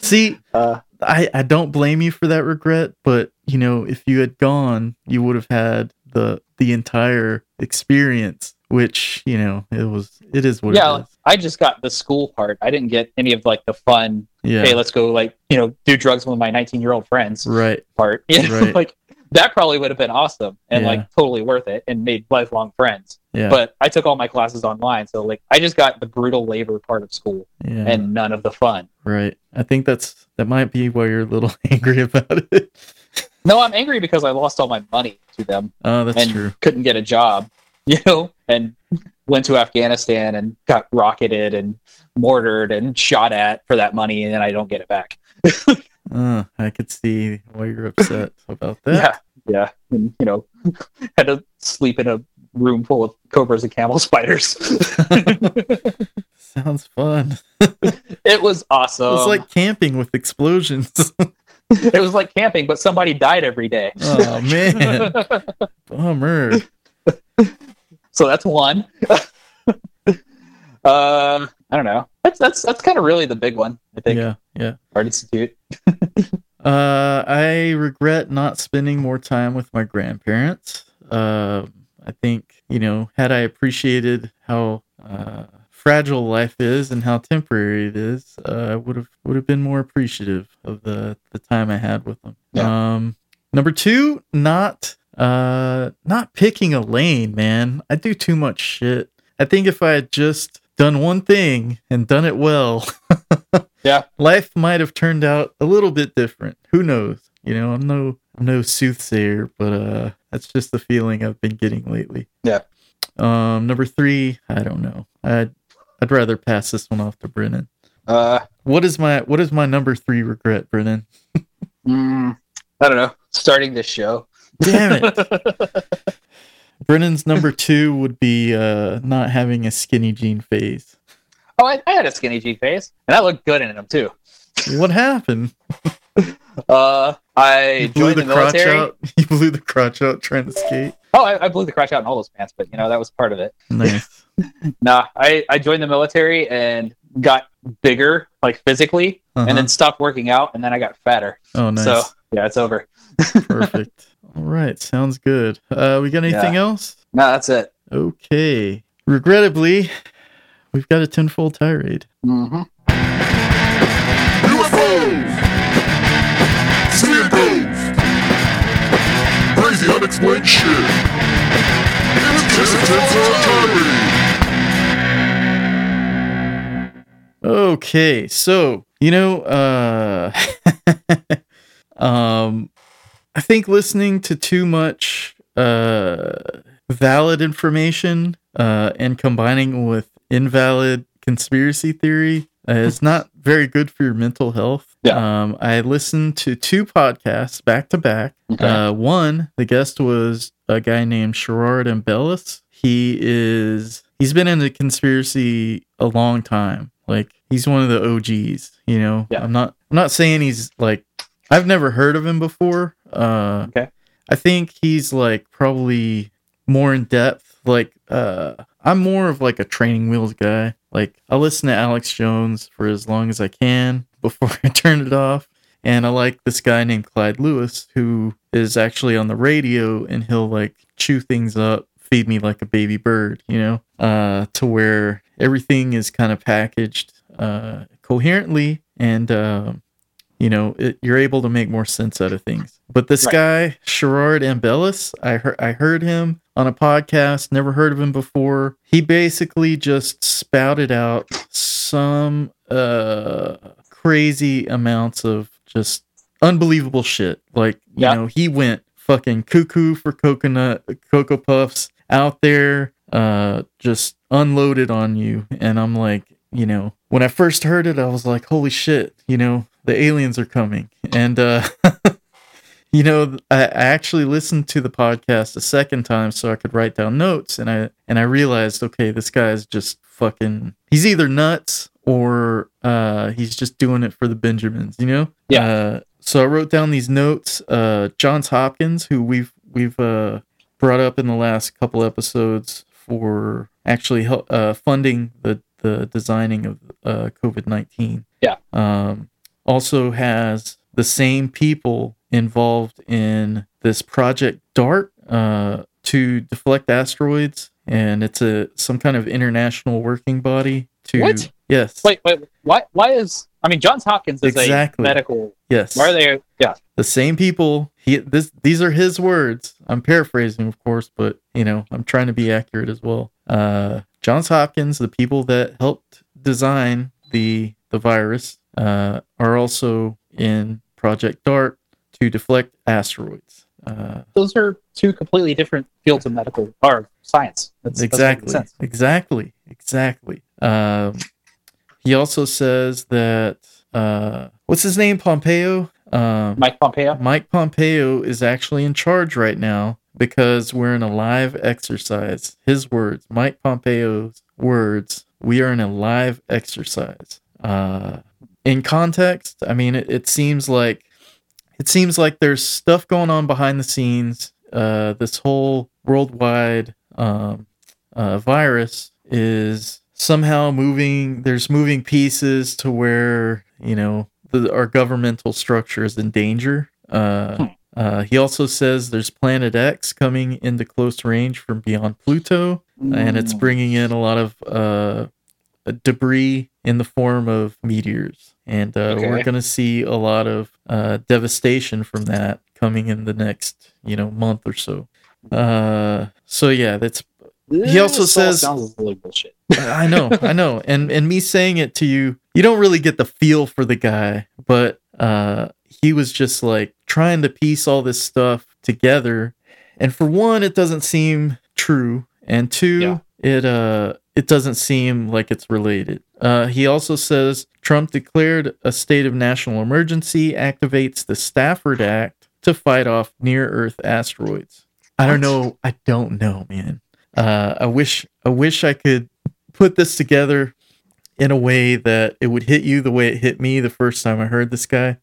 Speaker 1: See,
Speaker 2: Uh,
Speaker 1: I, I don't blame you for that regret, but you know, if you had gone, you would have had the the entire experience, which, you know, it was it is what
Speaker 2: Yeah,
Speaker 1: it is.
Speaker 2: I just got the school part. I didn't get any of like the fun.
Speaker 1: Yeah.
Speaker 2: Hey, let's go like you know do drugs with my 19 year old friends
Speaker 1: right.
Speaker 2: part. You know,
Speaker 1: [LAUGHS] Right.
Speaker 2: like that probably would have been awesome and
Speaker 1: Yeah.
Speaker 2: like totally worth it and made lifelong friends.
Speaker 1: Yeah.
Speaker 2: But I took all my classes online, so like I just got the brutal labor part of school
Speaker 1: yeah.
Speaker 2: and none of the fun.
Speaker 1: right. I think that's that might be why you're a little [LAUGHS] angry about it.
Speaker 2: No, I'm angry because I lost all my money to them
Speaker 1: Oh, that's
Speaker 2: and
Speaker 1: true.
Speaker 2: couldn't get a job. [LAUGHS] You know, and went to Afghanistan and got rocketed and mortared and shot at for that money, and then I don't get it back.
Speaker 1: Uh, I could see why
Speaker 2: [LAUGHS]
Speaker 1: you're upset about that.
Speaker 2: Yeah, yeah, and you know, [LAUGHS] had to sleep in a room full of cobras and
Speaker 1: [LAUGHS]
Speaker 2: camel [LAUGHS] spiders.
Speaker 1: Sounds fun.
Speaker 2: it was awesome.
Speaker 1: it's like camping with explosions. [LAUGHS]
Speaker 2: it was like camping, but somebody died every day.
Speaker 1: oh man. Bummer.
Speaker 2: [LAUGHS] So that's one. [LAUGHS] uh, I don't know. That's that's that's kind of really the big one. I think
Speaker 1: Yeah, yeah.
Speaker 2: Art Institute.
Speaker 1: Uh, I regret not spending more time with my grandparents. Um, I think you know, had I appreciated how uh, fragile life is and how temporary it is, uh, I would have would have been more appreciative of the the time I had with them. Um, number two, not uh, not picking a lane, man. I do too much shit. I think if I had just done one thing and done it well,
Speaker 2: Yeah.
Speaker 1: life might have turned out a little bit different. Who knows? You know, I'm no I'm no soothsayer, but uh that's just the feeling I've been getting lately.
Speaker 2: Yeah.
Speaker 1: Um number 3, I don't know. I would I'd rather pass this one off to Brennan.
Speaker 2: Uh,
Speaker 1: What is my what is my number 3 regret, Brennan?
Speaker 2: mm, I don't know. Starting this show.
Speaker 1: Damn it.
Speaker 2: [LAUGHS]
Speaker 1: Brennan's number 2 would be uh not having a skinny jean phase.
Speaker 2: Oh, I, I had a skinny G face, and I looked good in them too.
Speaker 1: What happened?
Speaker 2: Uh, I
Speaker 1: You blew
Speaker 2: joined the,
Speaker 1: the crotch
Speaker 2: military.
Speaker 1: out. [LAUGHS] You blew the crotch out trying to skate.
Speaker 2: Oh, I, I blew the crotch out in all those pants, but you know that was part of it.
Speaker 1: Nice.
Speaker 2: Nah, I, I joined the military and got bigger, like physically,
Speaker 1: Uh-huh.
Speaker 2: and then stopped working out, and then I got fatter.
Speaker 1: oh nice.
Speaker 2: So yeah, it's over.
Speaker 1: Perfect. All right, sounds good. Uh, we got anything else?
Speaker 2: No, that's it.
Speaker 1: Okay. Regrettably, We've got a tenfold tirade.
Speaker 2: Mm-hmm.
Speaker 3: UFOs! Seeing ghosts! Crazy unexplained shit! It's just a temporary comedy!
Speaker 1: Okay, so you know, uh, [LAUGHS] um, I think listening to too much uh, valid information uh, and combining with invalid conspiracy theory uh, is not very good for your mental health.
Speaker 2: Yeah.
Speaker 1: Um, I listened to two podcasts back to back.
Speaker 2: Okay.
Speaker 1: Uh, one, the guest was a guy named Sherard and Bellis. He is he's been into conspiracy a long time. Like he's one of the OGs. You know,
Speaker 2: Yeah.
Speaker 1: I'm not I'm not saying he's like I've never heard of him before. Uh,
Speaker 2: Okay.
Speaker 1: I think he's like probably more in depth. Like uh, I'm more of like a training wheels guy. Like I listen to Alex Jones for as long as I can [LAUGHS] before I turn it off. And I like this guy named Clyde Lewis who is actually on the radio and he'll like chew things up, feed me like a baby bird, you know, uh, to where everything is kind of packaged uh, coherently and um, you know it, you're able to make more sense out of things but this
Speaker 2: Right.
Speaker 1: guy sherard ambellis i heard i heard him on a podcast never heard of him before he basically just spouted out some uh crazy amounts of just unbelievable shit like you
Speaker 2: Yeah.
Speaker 1: know he went fucking cuckoo for coconut cocoa puffs out there uh just unloaded on you and i'm like you know when i first heard it i was like holy shit you know the aliens are coming and uh [LAUGHS] you know i I actually listened to the podcast a second time so i could write down notes and i and i realized okay this guy's just fucking he's either nuts or uh he's just doing it for the benjamins you know
Speaker 2: Yeah.
Speaker 1: uh, so i wrote down these notes uh johns hopkins who we've we've uh brought up in the last couple episodes for actually hel- uh, funding the the designing of uh, COVID nineteen.
Speaker 2: Yeah.
Speaker 1: Um, also has the same people involved in this project DART uh, to deflect asteroids, and it's a some kind of international working body to
Speaker 2: What?
Speaker 1: yes
Speaker 2: Wait, wait. Why? Why is? I mean, Johns Hopkins is
Speaker 1: Exactly.
Speaker 2: a medical.
Speaker 1: yes
Speaker 2: Why are they? Yeah.
Speaker 1: the same people he this these are his words i'm paraphrasing of course but you know i'm trying to be accurate as well uh johns hopkins the people that helped design the the virus uh are also in project dart to deflect asteroids uh
Speaker 2: Those are two completely different fields of medical or science. That's, that's what makes
Speaker 1: exactly,
Speaker 2: sense.
Speaker 1: exactly, exactly. Um, he also says that uh, what's his name, Pompeo? Um,
Speaker 2: Mike Pompeo.
Speaker 1: Mike Pompeo is actually in charge right now because we're in a live exercise. His words, Mike Pompeo's words, we are in a live exercise. Uh, in context, I mean, it, it seems like it seems like there's stuff going on behind the scenes. Uh, this whole worldwide um, uh, virus is somehow moving. There's moving pieces to where you know the, our governmental structure is in danger. Uh,
Speaker 2: Hmm.
Speaker 1: uh, he also says there's Planet X coming into close range from beyond Pluto and it's
Speaker 2: Mm.
Speaker 1: bringing in a lot of uh, debris in the form of meteors, and uh, we're
Speaker 2: Okay.
Speaker 1: going to see a lot of uh, devastation from that coming in the next you know month or so. Uh, so yeah, that's he also
Speaker 2: This all
Speaker 1: says-
Speaker 2: sounds like bullshit.
Speaker 1: I know, I know, and and me saying it to you, you don't really get the feel for the guy, but uh, he was just like trying to piece all this stuff together, and for one, it doesn't seem true, and two,
Speaker 2: Yeah.
Speaker 1: it uh, it doesn't seem like it's related. Uh, he also says Trump declared a state of national emergency, activates the Stafford Act to fight off near Earth asteroids. I don't
Speaker 2: What?
Speaker 1: know. I don't know, man. Uh, I wish I wish I could put this together in a way that it would hit you the way it hit me the first time I heard this guy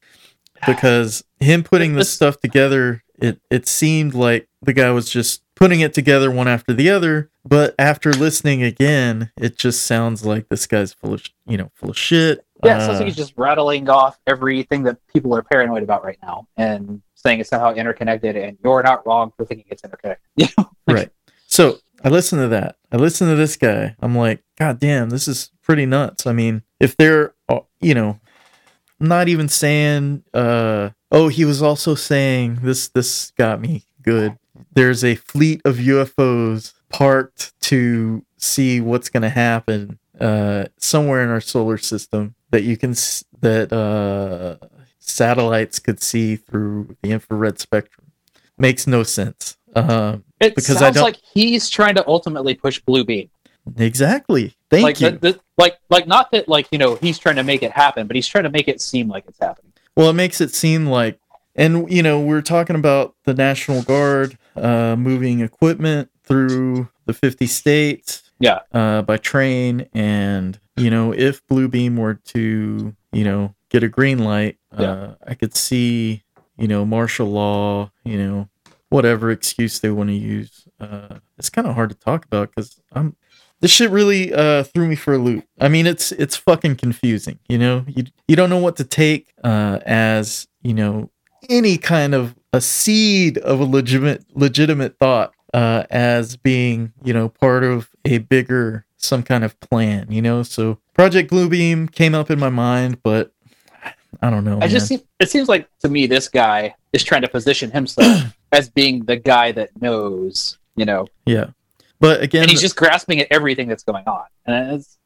Speaker 1: because him putting
Speaker 2: [LAUGHS]
Speaker 1: this
Speaker 2: This-
Speaker 1: stuff together it it seemed like the guy was just putting it together one after the other but after listening again it just sounds like this guy's full of sh- you know full of shit
Speaker 2: Yeah, it sounds
Speaker 1: Uh,
Speaker 2: like he's just rattling off everything that people are paranoid about right now [LAUGHS] and saying it's somehow interconnected and you're not wrong for thinking it's interconnected. You know?
Speaker 1: right so I listened to that. I listened to this guy. I'm like, God damn, this is pretty nuts. I mean, if they're, uh, you know, not even saying, uh, oh, he was also saying this, this got me good. There's a fleet of UFOs parked to see what's going to happen uh, somewhere in our solar system that you can, s- that uh, satellites could see through the infrared spectrum. Makes no sense. Um,
Speaker 2: It
Speaker 1: Because I
Speaker 2: sounds
Speaker 1: don't-
Speaker 2: like he's trying to ultimately push Blue Beam.
Speaker 1: Exactly. Thank
Speaker 2: like,
Speaker 1: you.
Speaker 2: the- the- like, like, not that like you know he's trying to make it happen, but he's trying to make it seem like it's happening.
Speaker 1: well, it makes it seem like, and you know, we're talking about the National Guard uh, moving equipment through the 50 states.
Speaker 2: Yeah.
Speaker 1: Uh, by train, and you know, if Blue Beam were to, you know, get a green light, uh, I could see, you know, martial law, you know, whatever excuse they want to use. Uh, it's kind of hard to talk about because I'm this shit really uh, threw me for a loop. I mean, it's it's fucking confusing. You know, you you don't know what to take uh, as you know any kind of a seed of a legitimate legitimate thought uh, as being you know part of a bigger some kind of plan. You know, so Project Bluebeam came up in my mind, but I don't know.
Speaker 2: I just
Speaker 1: man.
Speaker 2: seem, it seems like to me this guy is trying to position himself
Speaker 1: [CLEARS THROAT]
Speaker 2: as being the guy that knows, you know,
Speaker 1: yeah, but again,
Speaker 2: and he's just grasping at everything that's going on. And it's,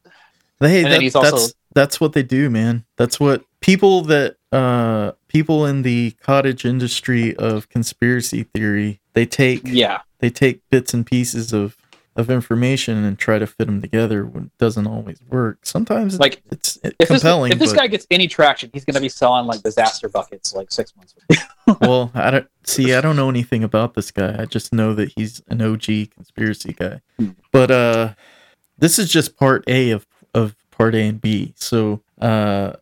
Speaker 1: Hey,
Speaker 2: And then
Speaker 1: that-
Speaker 2: he's also-
Speaker 1: that's that's what they do, man. That's what people that uh people in the cottage industry of conspiracy theory they take
Speaker 2: yeah,
Speaker 1: they take bits and pieces of of information and try to fit them together when it doesn't always work. Sometimes it-
Speaker 2: like
Speaker 1: it's
Speaker 2: if
Speaker 1: compelling.
Speaker 2: this if this
Speaker 1: but,
Speaker 2: guy gets any traction, he's going to be selling like disaster buckets like six months. [LAUGHS]
Speaker 1: well, I don't see. I don't know anything about this guy. I just know that he's an OG conspiracy guy.
Speaker 2: Hmm.
Speaker 1: But uh, this is just part A of of part A and B. So uh,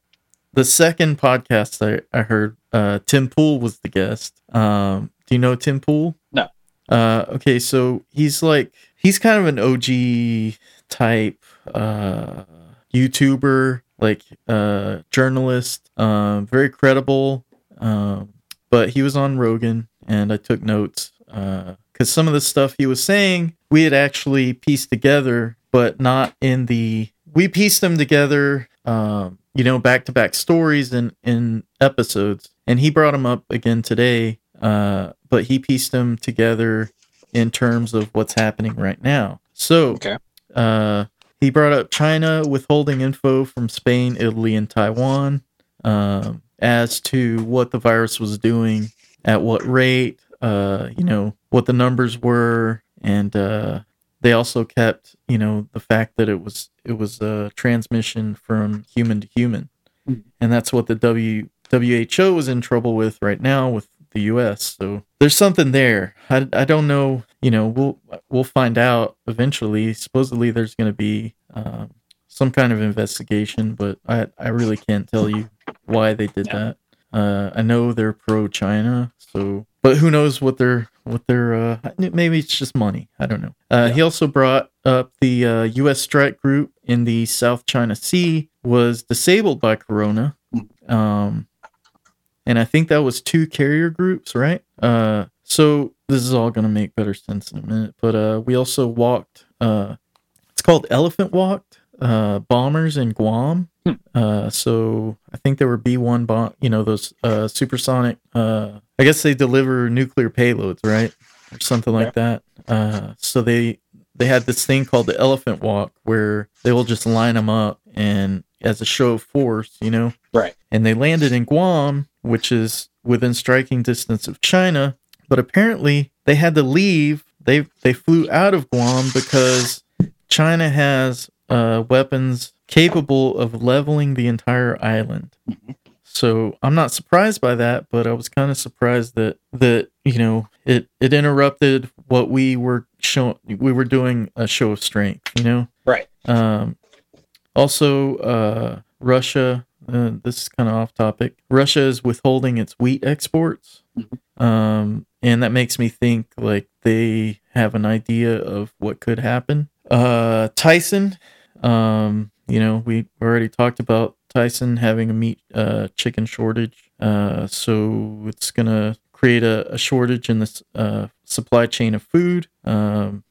Speaker 1: the second podcast I I heard, uh, Tim Pool was the guest. Um, do you know Tim Pool?
Speaker 2: No.
Speaker 1: Uh, okay, so he's like he's kind of an OG type uh, YouTuber, like uh, journalist, um, very credible. Um, but he was on Rogan, and I took notes because some of the stuff he was saying we had actually pieced together, but not in the we pieced them together, um, you know, back to back stories and in episodes. And he brought them up again today, uh, but he pieced them together in terms of what's happening right now. So,
Speaker 2: Okay.
Speaker 1: uh, he brought up China withholding info from Spain, Italy, and Taiwan um, as to what the virus was doing, at what rate, uh, you know, what the numbers were, and uh, they also kept, you know, the fact that it was it was a transmission from human to human,
Speaker 2: Mhm.
Speaker 1: and that's what the W WHO is in trouble with right now with the U.S. So there's something there. I, I don't know. You know, we'll we'll find out eventually. Supposedly, there's going to be um, some kind of investigation, but I I really can't tell you why they did
Speaker 2: Yeah.
Speaker 1: that. Uh, I know they're pro China, so but who knows what they're what they're uh, maybe it's just money. I don't know. Uh, He also brought up the uh, U.S. strike group in the South China Sea was disabled by Corona. Um, and I think that was two carrier groups, right? Uh, so this is all gonna make better sense in a minute. But uh, we also walked. Uh, it's called Elephant Walked. Uh, bombers in Guam.
Speaker 2: Hmm.
Speaker 1: Uh, so I think there were B one bomb. You know those uh, supersonic. Uh, I guess they deliver nuclear payloads, right, or something like that. Uh, so they they had this thing called the Elephant Walk, where they will just line them up and as a show of force, you know
Speaker 2: Right.
Speaker 1: and they landed in Guam, which is within striking distance of China. But apparently, they had to leave. They they flew out of Guam because China has uh, weapons capable of leveling the entire island. So I'm not surprised by that, but I was kind of surprised that that you know it it interrupted what we were showing. We were doing a show of strength, you know.
Speaker 2: Right.
Speaker 1: Um, also, uh, Russia. Uh, this is kind of off topic. Russia is withholding its wheat exports, um, and that makes me think like they have an idea of what could happen. Uh, Tyson, um, you know, we already talked about Tyson having a meat uh, chicken shortage, uh, so it's gonna create a, a shortage in this uh, supply chain of food. Um,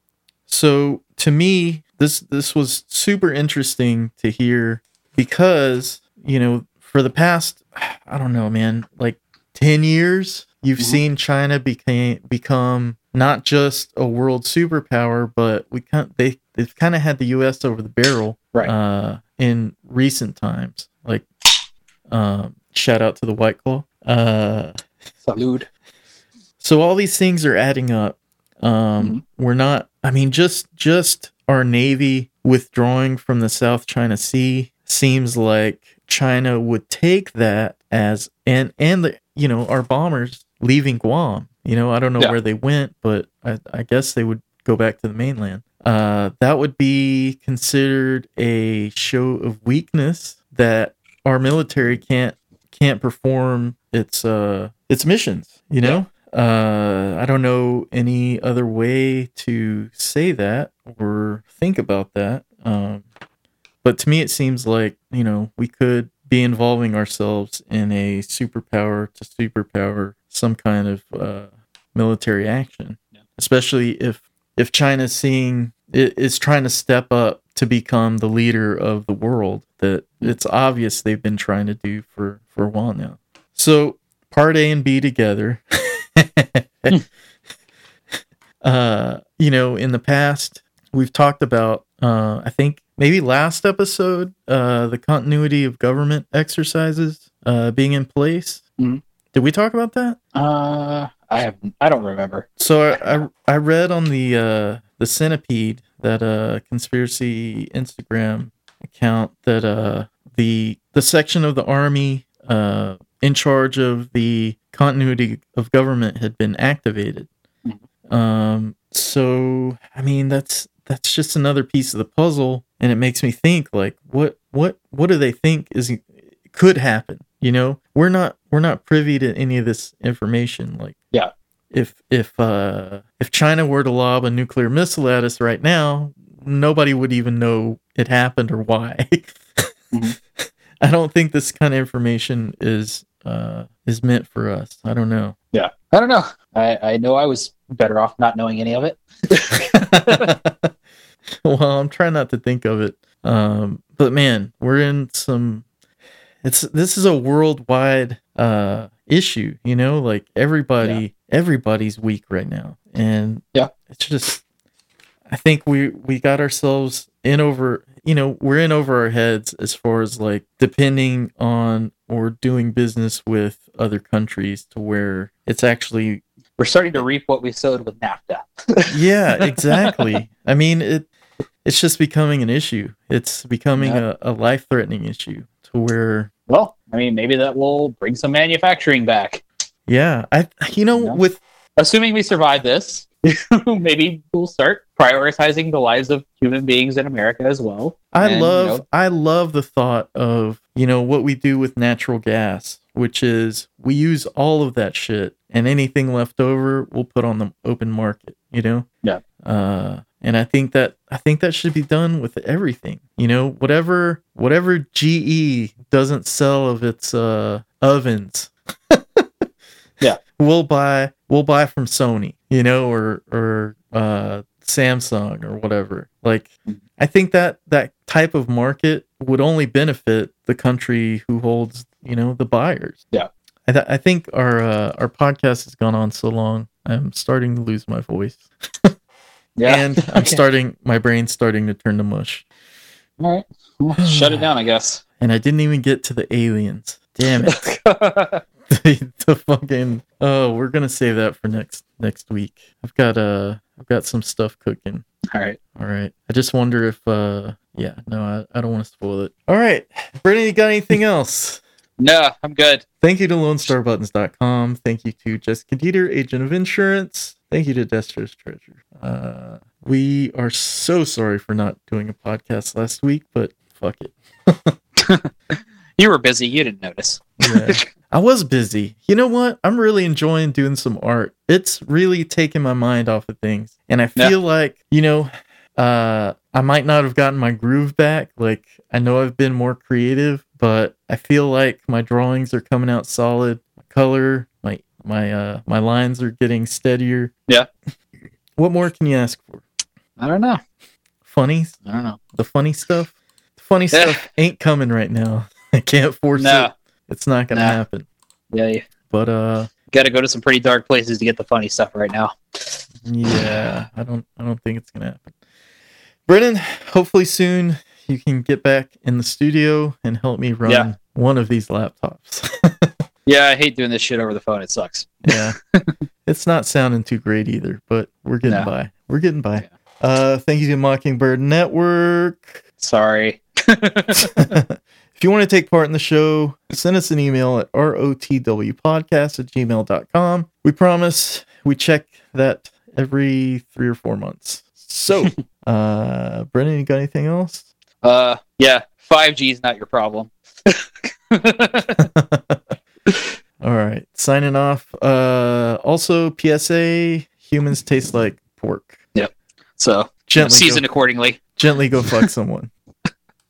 Speaker 1: So to me, this this was super interesting to hear because you know for the past [SIGHS] I don't know, man, like ten years, you've
Speaker 2: Mhm.
Speaker 1: seen China became become not just a world superpower, but we kind they they've kind of had the U.S. over the barrel,
Speaker 2: Right.
Speaker 1: Uh, in recent times, like um, shout out to the White Claw. Uh,
Speaker 2: Salud.
Speaker 1: so all these things are adding up um we're not i mean just just our navy withdrawing from the south china sea seems like china would take that as and and the you know our bombers leaving guam you know i don't know
Speaker 2: Yeah.
Speaker 1: where they went but i i guess they would go back to the mainland uh that would be considered a show of weakness that our military can't can't perform its uh its missions you know uh i don't know any other way to say that or think about that um but to me it seems like you know we could be involving ourselves in a superpower to superpower some kind of uh military action
Speaker 2: Yeah.
Speaker 1: especially if if china's seeing i- is trying to step up to become the leader of the world that it's obvious they've been trying to do for for a while now so part A and B together. [LAUGHS] uh, you know, in the past, we've talked about, uh, I think maybe last episode, uh, the continuity of government exercises uh, being in place.
Speaker 2: Mhm.
Speaker 1: Did we talk about that?
Speaker 2: Uh, I have. I don't remember.
Speaker 1: So I, I, I read on the uh, the centipede that uh, conspiracy Instagram account that uh, the the section of the army uh, in charge of the continuity of government had been activated. Um, so I mean that's that's just another piece of the puzzle, and it makes me think like what what what do they think is could happen? You know, we're not we're not privy to any of this information. Like if if uh if China were to lob a nuclear missile at us right now, nobody would even know it happened or why. [LAUGHS]
Speaker 2: Mhm.
Speaker 1: I don't think this kind of information is uh is meant for us. I don't know.
Speaker 2: I don't know. I, I know I was better off not knowing any of it.
Speaker 1: [LAUGHS] well, I'm trying not to think of it. Um but man, we're in some it's this is a worldwide uh issue, you know, like everybody everybody's weak right now. And
Speaker 2: Yeah.
Speaker 1: It's just I think we we got ourselves in over you know we're in over our heads as far as like depending on or doing business with other countries to where it's actually
Speaker 2: We're starting to reap what we sowed with NAFTA.
Speaker 1: yeah exactly I mean it it's just becoming an issue it's becoming a, a life threatening issue to where
Speaker 2: Well, I mean, maybe that will bring some manufacturing back.
Speaker 1: yeah I you know
Speaker 2: Yeah.
Speaker 1: with
Speaker 2: Assuming we survive this, [LAUGHS] maybe we'll start prioritizing the lives of human beings in America as well.
Speaker 1: I
Speaker 2: And, you
Speaker 1: love
Speaker 2: know,
Speaker 1: I love the thought of, you know, what we do with natural gas, which is we use all of that shit and anything left over we'll put on the open market, you know?
Speaker 2: Yeah.
Speaker 1: Uh and I think that I think that should be done with everything. You know, whatever whatever GE doesn't sell of its uh ovens.
Speaker 2: [LAUGHS] Yeah.
Speaker 1: We'll buy we'll buy from Sony, you know, or or uh Samsung or whatever. Like I think that that type of market would only benefit the country who holds, you know, the buyers.
Speaker 2: Yeah.
Speaker 1: I, th- I think our uh, our podcast has gone on so long. I'm starting to lose my voice,
Speaker 2: yeah.
Speaker 1: and
Speaker 2: [LAUGHS]
Speaker 1: I'm
Speaker 2: Okay.
Speaker 1: starting my brain's starting to turn to mush.
Speaker 2: All right. Well, shut it down, I guess. [LAUGHS]
Speaker 1: And I didn't even get to the aliens. Damn it! [LAUGHS] the, the fucking oh, we're gonna save that for next next week. I've got uh, I've got some stuff cooking.
Speaker 2: All right.
Speaker 1: All right. I just wonder if uh yeah, no, I, I don't want to spoil it. All right. Brittany, you got anything else?
Speaker 2: No, I'm good.
Speaker 1: Thank you to LoneStarButtons.com. Thank you to Jessica Dieter, agent of insurance. Thank you to Destro's Treasure. Uh, we are so sorry for not doing a podcast last week, but fuck it.
Speaker 2: You were busy. You didn't notice.
Speaker 1: Yeah. [LAUGHS] I was busy. You know what? I'm really enjoying doing some art. It's really taking my mind off of things. And I
Speaker 2: Yeah.
Speaker 1: feel like, you know, uh I might not have gotten my groove back. Like I know I've been more creative, but I feel like my drawings are coming out solid. My color, my [LAUGHS] my uh my lines are getting steadier.
Speaker 2: Yeah.
Speaker 1: What more can you ask for?
Speaker 2: I don't know.
Speaker 1: Funny,
Speaker 2: I don't know.
Speaker 1: the funny stuff. The funny
Speaker 2: Yeah.
Speaker 1: stuff ain't coming right now. [LAUGHS] I can't force
Speaker 2: No.
Speaker 1: it. It's not gonna
Speaker 2: No.
Speaker 1: happen.
Speaker 2: Yeah, you
Speaker 1: But uh,
Speaker 2: got to go to some pretty dark places to get the funny stuff right now.
Speaker 1: yeah, I don't, I don't think it's gonna happen. Brennan, hopefully soon you can get back in the studio and help me run
Speaker 2: Yeah.
Speaker 1: one of these
Speaker 2: [LAUGHS]
Speaker 1: laptops.
Speaker 2: Yeah, I hate doing this shit over the phone. It sucks.
Speaker 1: yeah, [LAUGHS] it's not sounding too great either, but we're getting
Speaker 2: No.
Speaker 1: by. We're getting by. Uh, thank you to Mockingbird Network.
Speaker 2: Sorry.
Speaker 1: [LAUGHS] if you want to take part in the show, send us an email at rotwpodcast at gmail.com. We promise we check that every three or four months. So, uh, Brennan, you got anything else?
Speaker 2: Uh, yeah, 5G is not your problem. [LAUGHS]
Speaker 1: All right, signing off. Uh, also, PSA humans taste like pork.
Speaker 2: so
Speaker 1: Gently,
Speaker 2: season
Speaker 1: go,
Speaker 2: accordingly.
Speaker 1: gently go fuck someone.